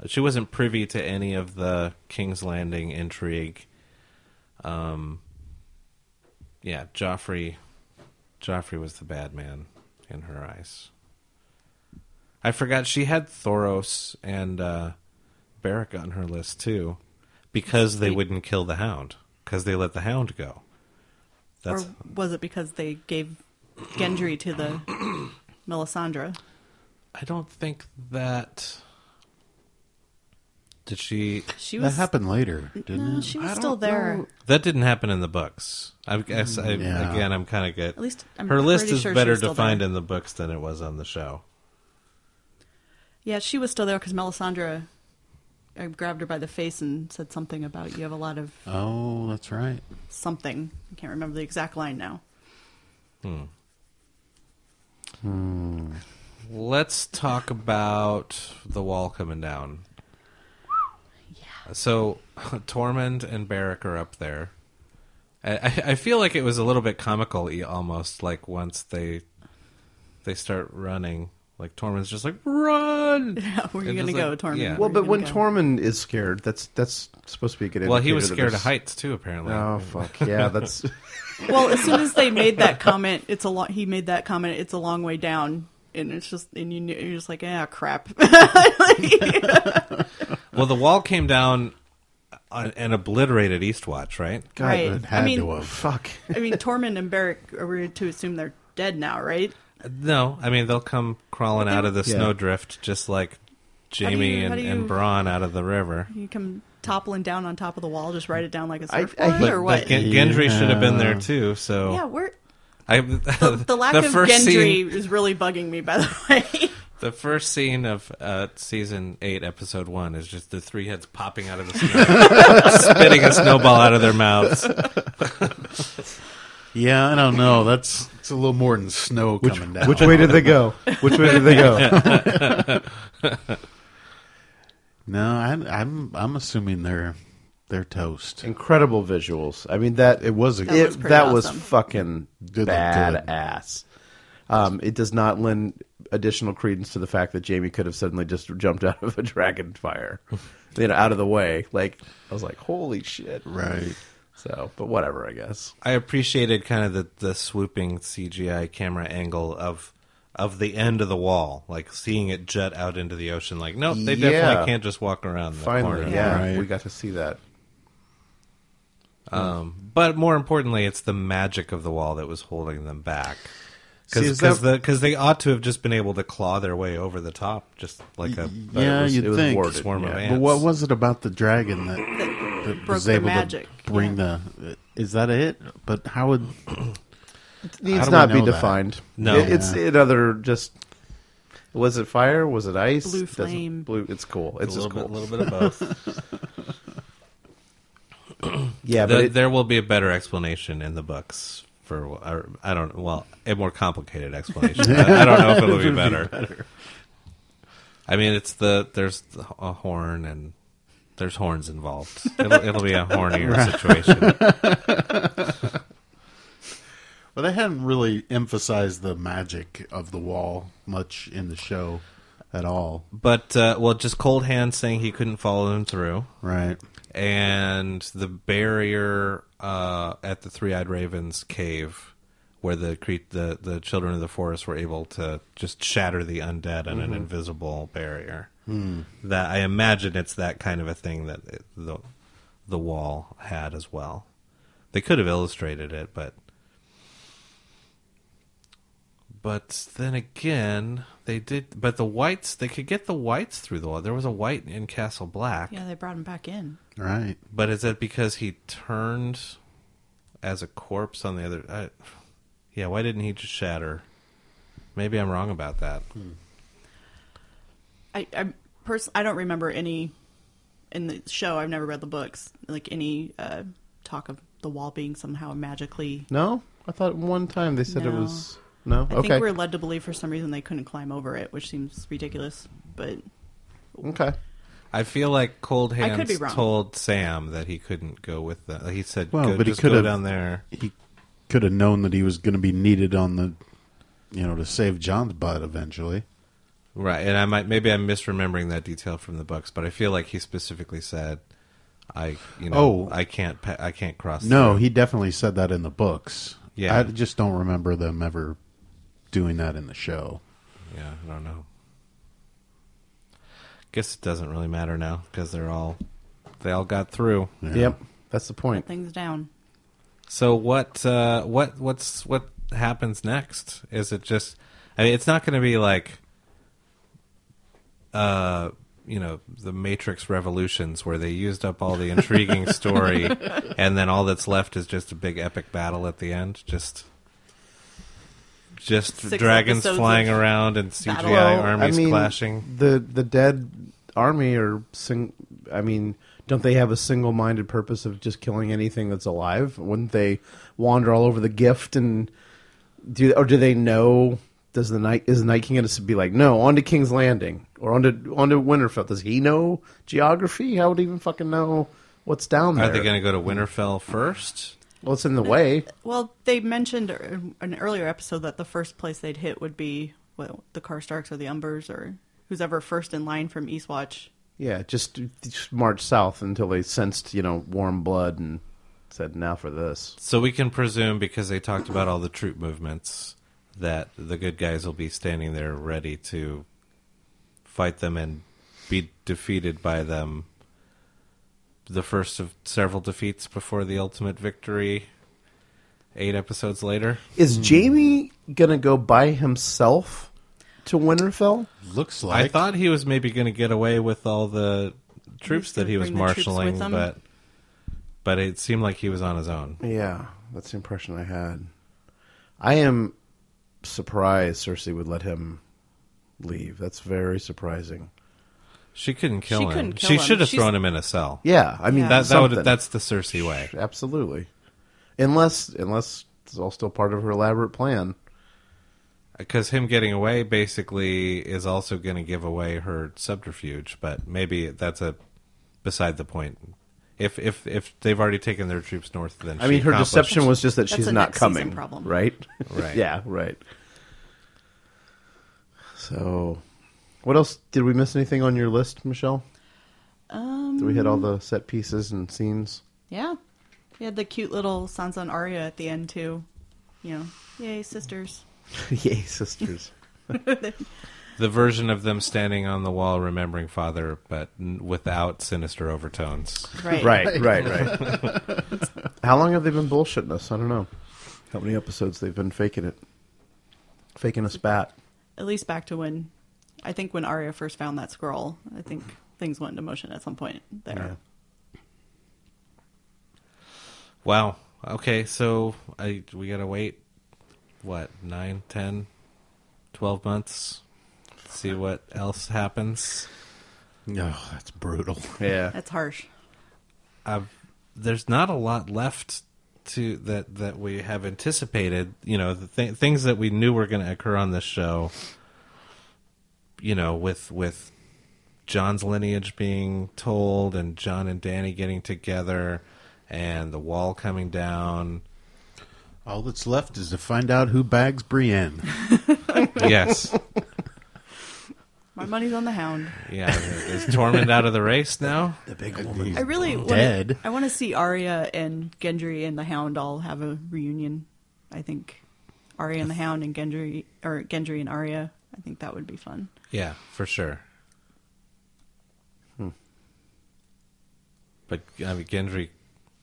[SPEAKER 1] She wasn't privy to any of the King's Landing intrigue. Um, yeah, Joffrey. Joffrey was the bad man in her eyes. I forgot she had Thoros and uh, Barrack on her list too, because they wouldn't kill the Hound because they let the Hound go. That's
[SPEAKER 3] Or was it because they gave Gendry to the Melisandre?
[SPEAKER 1] I don't think that. Did she?
[SPEAKER 3] She
[SPEAKER 4] that
[SPEAKER 3] was.
[SPEAKER 4] happened later, didn't
[SPEAKER 3] no,
[SPEAKER 4] it?
[SPEAKER 3] she was still there.
[SPEAKER 1] That didn't happen in the books. I guess I,
[SPEAKER 4] Yeah.
[SPEAKER 1] again, I'm kind of good.
[SPEAKER 3] At least I'm
[SPEAKER 1] her list
[SPEAKER 3] pretty
[SPEAKER 1] is
[SPEAKER 3] sure she
[SPEAKER 1] better
[SPEAKER 3] was still
[SPEAKER 1] defined
[SPEAKER 3] there.
[SPEAKER 1] in the books than it was on the show.
[SPEAKER 3] Yeah, she was still there because Melisandre uh, grabbed her by the face and said something about you have a lot of
[SPEAKER 4] Oh, that's right.
[SPEAKER 3] something. I can't remember the exact line now.
[SPEAKER 1] Let's talk about the wall coming down. Yeah. So, Tormund and Barrack are up there. I, I- I feel like it was a little bit comical, almost like once they they start running, like Tormund's just like run.
[SPEAKER 3] Where are you
[SPEAKER 1] And
[SPEAKER 3] going to
[SPEAKER 1] just
[SPEAKER 3] go,
[SPEAKER 1] like-
[SPEAKER 3] Tormund?
[SPEAKER 1] yeah.
[SPEAKER 3] Where
[SPEAKER 2] Well,
[SPEAKER 3] you
[SPEAKER 2] but
[SPEAKER 3] gonna
[SPEAKER 2] when
[SPEAKER 3] go?
[SPEAKER 2] Tormund is scared, that's that's supposed to be a good.
[SPEAKER 1] Well, he was
[SPEAKER 2] indicator
[SPEAKER 1] scared
[SPEAKER 2] that
[SPEAKER 1] of heights too, apparently.
[SPEAKER 2] there's- Oh fuck yeah, that's
[SPEAKER 3] well, as soon as they made that comment, it's a long. He made that comment. It's a long way down, and it's just and you knew, you're just like ah crap.
[SPEAKER 1] Well, the wall came down uh, and obliterated Eastwatch, right?
[SPEAKER 4] God,
[SPEAKER 3] Right.
[SPEAKER 4] it
[SPEAKER 3] I
[SPEAKER 4] had
[SPEAKER 3] mean-
[SPEAKER 4] to have.
[SPEAKER 2] fuck.
[SPEAKER 3] I mean, Tormund and Beric are we to assume they're dead now, right?
[SPEAKER 1] No, I mean they'll come crawling out of the
[SPEAKER 2] Yeah.
[SPEAKER 1] snowdrift just like
[SPEAKER 3] do
[SPEAKER 1] Jamie
[SPEAKER 3] you- how
[SPEAKER 1] and,
[SPEAKER 3] do you-
[SPEAKER 1] and Braun out of the river.
[SPEAKER 3] You come toppling down on top of the wall, just write it down like a
[SPEAKER 2] I- I
[SPEAKER 3] surfboard
[SPEAKER 2] hate-
[SPEAKER 3] or
[SPEAKER 1] But-
[SPEAKER 3] what?
[SPEAKER 1] But Gen- Gendry should have been there
[SPEAKER 4] Yeah.
[SPEAKER 1] too. So
[SPEAKER 3] yeah, we're
[SPEAKER 1] I,
[SPEAKER 3] the, the lack of
[SPEAKER 1] first
[SPEAKER 3] Gendry
[SPEAKER 1] Scene,
[SPEAKER 3] is really bugging me. By the way,
[SPEAKER 1] the first scene of uh, season eight, episode one, is just the three heads popping out of the snow, spitting a snowball out of their mouths.
[SPEAKER 4] Yeah, I don't know. That's it's a little more than snow
[SPEAKER 2] Which,
[SPEAKER 4] coming down.
[SPEAKER 2] which way did they go? Which way did they go?
[SPEAKER 4] no, I, I'm I'm assuming they're they're toast.
[SPEAKER 2] Incredible visuals. I mean that
[SPEAKER 4] It was a
[SPEAKER 3] That
[SPEAKER 2] it-
[SPEAKER 3] was pretty
[SPEAKER 2] that was
[SPEAKER 3] awesome.
[SPEAKER 2] fucking
[SPEAKER 4] look good.
[SPEAKER 2] badass. Um, it does not lend additional credence to the fact that Jamie could have suddenly just jumped out of a dragon fire, you know, out of the way. Like I was like, holy shit!
[SPEAKER 4] right.
[SPEAKER 2] So, but whatever, I guess.
[SPEAKER 1] I appreciated kind of the, the swooping CGI camera angle of of the end of the wall, like seeing it jet out into the ocean. Like, no, they
[SPEAKER 2] Yeah.
[SPEAKER 1] definitely can't just walk around. The
[SPEAKER 2] Finally,
[SPEAKER 1] corner.
[SPEAKER 2] yeah,
[SPEAKER 4] Right.
[SPEAKER 2] we got to see that.
[SPEAKER 1] But more importantly, it's the magic of the wall that was holding them back.
[SPEAKER 4] See, is
[SPEAKER 1] Because
[SPEAKER 4] that-
[SPEAKER 1] they ought to have just been able to claw their way over the top, just like a but it
[SPEAKER 4] yeah,
[SPEAKER 1] was-
[SPEAKER 4] you'd
[SPEAKER 2] it was
[SPEAKER 4] think.
[SPEAKER 2] warded,
[SPEAKER 1] swarm of
[SPEAKER 2] yeah.
[SPEAKER 1] ants.
[SPEAKER 4] But what was it about the dragon that, that, was
[SPEAKER 3] the
[SPEAKER 4] able
[SPEAKER 3] magic,
[SPEAKER 4] to bring the? Is that it? But how would?
[SPEAKER 2] It needs
[SPEAKER 4] do
[SPEAKER 2] not
[SPEAKER 4] we
[SPEAKER 2] be
[SPEAKER 4] know that?
[SPEAKER 2] defined.
[SPEAKER 1] No.
[SPEAKER 2] It- it's it other just. Was it fire? Was it ice?
[SPEAKER 3] Blue
[SPEAKER 2] Doesn't-
[SPEAKER 3] flame.
[SPEAKER 2] Blue. It's cool. It's
[SPEAKER 1] a little
[SPEAKER 2] just cool.
[SPEAKER 1] bit, little bit of both. There-
[SPEAKER 2] yeah, but it,
[SPEAKER 1] there will be a better explanation in the books for or, I don't well a more complicated explanation. I, I don't know if it'll, be, better. I mean, it's the there's a horn and there's horns involved. It'll, it'll be a hornier situation.
[SPEAKER 4] Well, they hadn't really emphasized the magic of the wall much in the show at all,
[SPEAKER 1] But uh, well, just cold hand saying he couldn't follow them through,
[SPEAKER 4] right?
[SPEAKER 1] and the barrier uh, at the Three Eyed Raven's cave, where the cre- the the children of the forest were able to just shatter the undead on an invisible barrier. That I imagine it's that kind of a thing that it- the the wall had as well. They could have illustrated it, but But then again, they did. But the whites, they could get the whites through the wall. There was a white in Castle Black.
[SPEAKER 3] Yeah, they brought him back in.
[SPEAKER 4] Right.
[SPEAKER 1] But is that because he turned as a corpse on the other? I, yeah, why didn't he just shatter? Maybe I'm wrong about that.
[SPEAKER 4] Hmm.
[SPEAKER 3] I I pers- I don't remember any in the show. I've never read the books. Like any uh, talk of the wall being somehow magically.
[SPEAKER 2] No, I thought one time they said it
[SPEAKER 3] No.
[SPEAKER 2] was no.
[SPEAKER 3] I
[SPEAKER 2] okay,
[SPEAKER 3] think we're led to believe for some reason they couldn't climb over it, which seems ridiculous. But
[SPEAKER 2] okay.
[SPEAKER 1] I feel like Cold
[SPEAKER 3] I could be
[SPEAKER 1] Hands
[SPEAKER 3] wrong.
[SPEAKER 1] told Sam that he couldn't go with the. He said,
[SPEAKER 4] Well,
[SPEAKER 1] go,
[SPEAKER 4] but he
[SPEAKER 1] just
[SPEAKER 4] could
[SPEAKER 1] go
[SPEAKER 4] have-
[SPEAKER 1] down there."
[SPEAKER 4] He could have known that he was going to be needed on the, you know, to save John's butt eventually.
[SPEAKER 1] Right, and I might maybe I'm misremembering that detail from the books, but I feel like he specifically said, "I, you know,
[SPEAKER 4] Oh.
[SPEAKER 1] I can't, pa- I can't cross."
[SPEAKER 4] No,
[SPEAKER 1] through."
[SPEAKER 4] he definitely said that in the books.
[SPEAKER 1] Yeah.
[SPEAKER 4] I just don't remember them ever doing that in the show.
[SPEAKER 1] Yeah, I don't know. Guess it doesn't really matter now because they're all they all got through.
[SPEAKER 4] Yeah.
[SPEAKER 2] Yep, that's the point.
[SPEAKER 3] things down.
[SPEAKER 1] So what uh what what's what happens next? Is it just I mean it's not going to be like uh you know the matrix revolutions where they used up all the intriguing story and then all that's left is just a big epic battle at the end just just
[SPEAKER 3] Six
[SPEAKER 1] dragons
[SPEAKER 3] episodes
[SPEAKER 1] flying
[SPEAKER 3] of
[SPEAKER 1] around and CGI
[SPEAKER 3] battle. Well,
[SPEAKER 1] armies clashing
[SPEAKER 2] The the dead army are sing. I mean, don't they have a single minded purpose of just killing anything that's alive? Wouldn't they wander all over the gift and do? Or do they know? Does the night is the night king going to be like no onto King's Landing or onto onto Winterfell? Does he know geography? How would he even fucking know what's down there?
[SPEAKER 1] Are they going to go to Winterfell first?
[SPEAKER 2] What's in the way?
[SPEAKER 3] Well, they mentioned er, in an earlier episode that the first place they'd hit would be what, the Karstarks or the Umbers or who's ever first in line from Eastwatch.
[SPEAKER 2] Yeah, just, just march south until they sensed you know warm blood and said now for this.
[SPEAKER 1] So we can presume because they talked about all the troop movements that the good guys will be standing there ready to fight them and be defeated by them. The first of several defeats before the ultimate victory. Eight episodes later,
[SPEAKER 2] Is Jamie gonna go by himself to Winterfell?
[SPEAKER 4] Looks like
[SPEAKER 1] I thought he was maybe going to get away with all the troops
[SPEAKER 3] He's gonna
[SPEAKER 1] that he was
[SPEAKER 3] bring the troops
[SPEAKER 1] marshaling,
[SPEAKER 3] with him.
[SPEAKER 1] but but it seemed like he was on his own.
[SPEAKER 2] Yeah, that's the impression I had. I am surprised Cersei would let him leave. That's very surprising.
[SPEAKER 1] She couldn't kill
[SPEAKER 3] She
[SPEAKER 1] him.
[SPEAKER 3] couldn't kill
[SPEAKER 1] she
[SPEAKER 3] him.
[SPEAKER 1] should have
[SPEAKER 3] She's-
[SPEAKER 1] thrown him in a cell.
[SPEAKER 2] Yeah, I mean
[SPEAKER 3] Yeah.
[SPEAKER 1] That, that would,
[SPEAKER 2] something.
[SPEAKER 1] that's the Cersei way.
[SPEAKER 2] absolutely. Unless unless it's all still part of her elaborate plan.
[SPEAKER 1] Because him getting away basically is also going to give away her subterfuge, but maybe that's a beside the point. If if if they've already taken their troops north, then
[SPEAKER 2] I mean,
[SPEAKER 1] she
[SPEAKER 2] her
[SPEAKER 1] accomplished-
[SPEAKER 2] deception was just that
[SPEAKER 3] That's
[SPEAKER 2] she's
[SPEAKER 3] a
[SPEAKER 2] not
[SPEAKER 3] next season
[SPEAKER 2] coming,
[SPEAKER 3] problem.
[SPEAKER 2] right?
[SPEAKER 1] Right.
[SPEAKER 2] yeah, right. So, what else did we miss? Anything on your list, Michelle?
[SPEAKER 3] Um,
[SPEAKER 2] Did we hit all the set pieces and scenes?
[SPEAKER 3] yeah. We had the cute little Sansa and Arya at the end, too. You know, yay, sisters.
[SPEAKER 2] Yay, sisters.
[SPEAKER 1] the version of them standing on the wall, remembering father, but n- without sinister overtones.
[SPEAKER 3] Right.
[SPEAKER 2] right, right, right. How long have they been bullshitting us? I don't know. How many episodes they've been faking it? Faking a spat.
[SPEAKER 3] At least back to when, I think when Arya first found that scroll, I think things went into motion at some point there.
[SPEAKER 1] Wow. Okay, so I we gotta wait. What nine, ten, twelve months? See what else happens.
[SPEAKER 4] Oh, that's brutal.
[SPEAKER 2] Yeah.
[SPEAKER 3] That's harsh.
[SPEAKER 1] I've, there's not a lot left to that that we have anticipated. You know, the th- things that we knew were going to occur on this show. You know, with with John's lineage being told, and John and Danny getting together, and the wall coming down.
[SPEAKER 4] All that's left is to find out who bags Brienne.
[SPEAKER 1] Yes,
[SPEAKER 3] My money's on the hound.
[SPEAKER 1] yeah. Is Tormund out of the race now?
[SPEAKER 2] The big woman.
[SPEAKER 3] I really wanna,
[SPEAKER 4] Dead.
[SPEAKER 3] I want to see Arya and Gendry and the Hound all have a reunion. I think Arya and the Hound and Gendry or Gendry and Arya. I think that would be fun.
[SPEAKER 1] Yeah, for sure. But I mean, Gendry.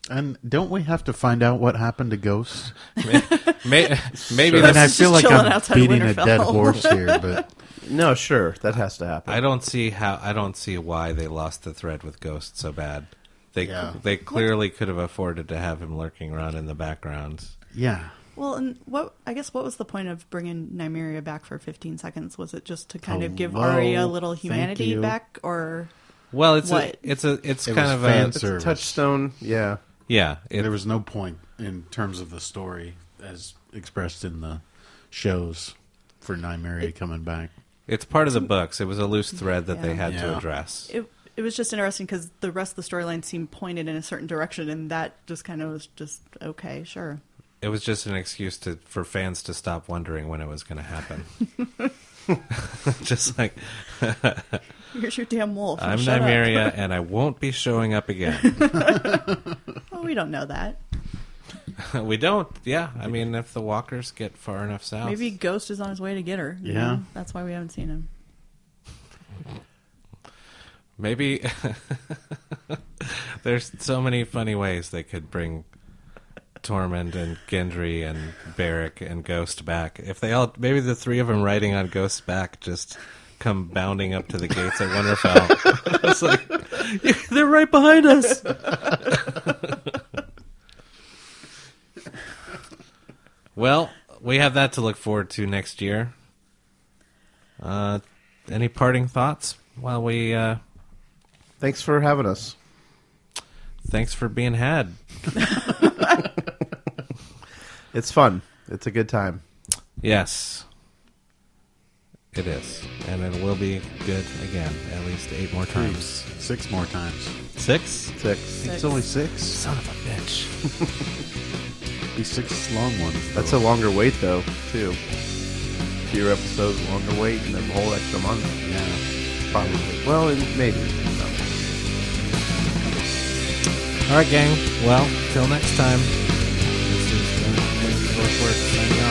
[SPEAKER 4] And don't we have to find out what happened to Ghosts?
[SPEAKER 1] May, may, maybe
[SPEAKER 4] And I
[SPEAKER 1] this,
[SPEAKER 3] Just
[SPEAKER 4] feel like
[SPEAKER 3] chilling
[SPEAKER 4] I'm
[SPEAKER 3] outside
[SPEAKER 4] beating a dead
[SPEAKER 3] Winterfell.
[SPEAKER 4] horse here, but
[SPEAKER 2] No, sure, that has to happen.
[SPEAKER 1] I don't see how I don't see why they lost the thread with Ghost so bad. They
[SPEAKER 4] Yeah.
[SPEAKER 1] they clearly could have afforded to have him lurking around in the background.
[SPEAKER 4] yeah.
[SPEAKER 3] Well, and what I guess what was the point of bringing Nymeria back for 15 seconds? Was it just to kind
[SPEAKER 1] Oh,
[SPEAKER 3] of give
[SPEAKER 4] Hello,
[SPEAKER 3] Arya a little
[SPEAKER 4] thank
[SPEAKER 3] humanity
[SPEAKER 4] you.
[SPEAKER 3] back, or
[SPEAKER 1] Well, it's a,
[SPEAKER 3] What?
[SPEAKER 1] it's a it's
[SPEAKER 4] It
[SPEAKER 1] kind
[SPEAKER 4] was
[SPEAKER 1] of
[SPEAKER 4] fan
[SPEAKER 1] a
[SPEAKER 2] it's a
[SPEAKER 4] service.
[SPEAKER 2] touchstone. Yeah,
[SPEAKER 1] yeah. It,
[SPEAKER 4] There was no point in terms of the story as expressed in the shows for Nymeria coming back.
[SPEAKER 1] it's part of the books. It was a loose thread that they
[SPEAKER 3] Yeah.
[SPEAKER 1] had to
[SPEAKER 4] Yeah.
[SPEAKER 1] address.
[SPEAKER 3] it it was just interesting because the rest of the storyline seemed pointed in a certain direction, and that just kind of was just okay, sure.
[SPEAKER 1] It was just an excuse to for fans to stop wondering when it was going to happen. just like
[SPEAKER 3] Here's your damn wolf.
[SPEAKER 1] I'm
[SPEAKER 3] Shut up.
[SPEAKER 1] Nymeria and I won't be showing up again.
[SPEAKER 3] Well, we don't know that.
[SPEAKER 1] we don't. Yeah, I mean, if the walkers get far enough south,
[SPEAKER 3] Maybe Ghost is on his way to get her. you
[SPEAKER 4] Yeah.
[SPEAKER 3] know? That's why we haven't seen him.
[SPEAKER 1] Maybe there's so many funny ways they could bring Tormund and Gendry and Barrick and Ghost back. If they all, maybe the three of them riding on Ghost's back just come bounding up to the gates at Winterfell. it's like they're right behind us. well, we have that to look forward to next year. Uh, any parting thoughts while we? Uh,
[SPEAKER 2] thanks for having us.
[SPEAKER 1] thanks for being had.
[SPEAKER 2] It's fun. It's a good time.
[SPEAKER 1] Yes. It is. And it will be good again, at least eight more times.
[SPEAKER 4] Six more times.
[SPEAKER 1] Six?
[SPEAKER 2] Six.
[SPEAKER 4] It's only six.
[SPEAKER 1] Son of a bitch.
[SPEAKER 4] These six long ones.
[SPEAKER 2] That's a longer wait though, too. Fewer episodes, longer wait, and then a whole extra month.
[SPEAKER 4] yeah.
[SPEAKER 2] Probably. Well, it- maybe.
[SPEAKER 1] All right, gang. Well, till next time. This is uh, North Fork signing off.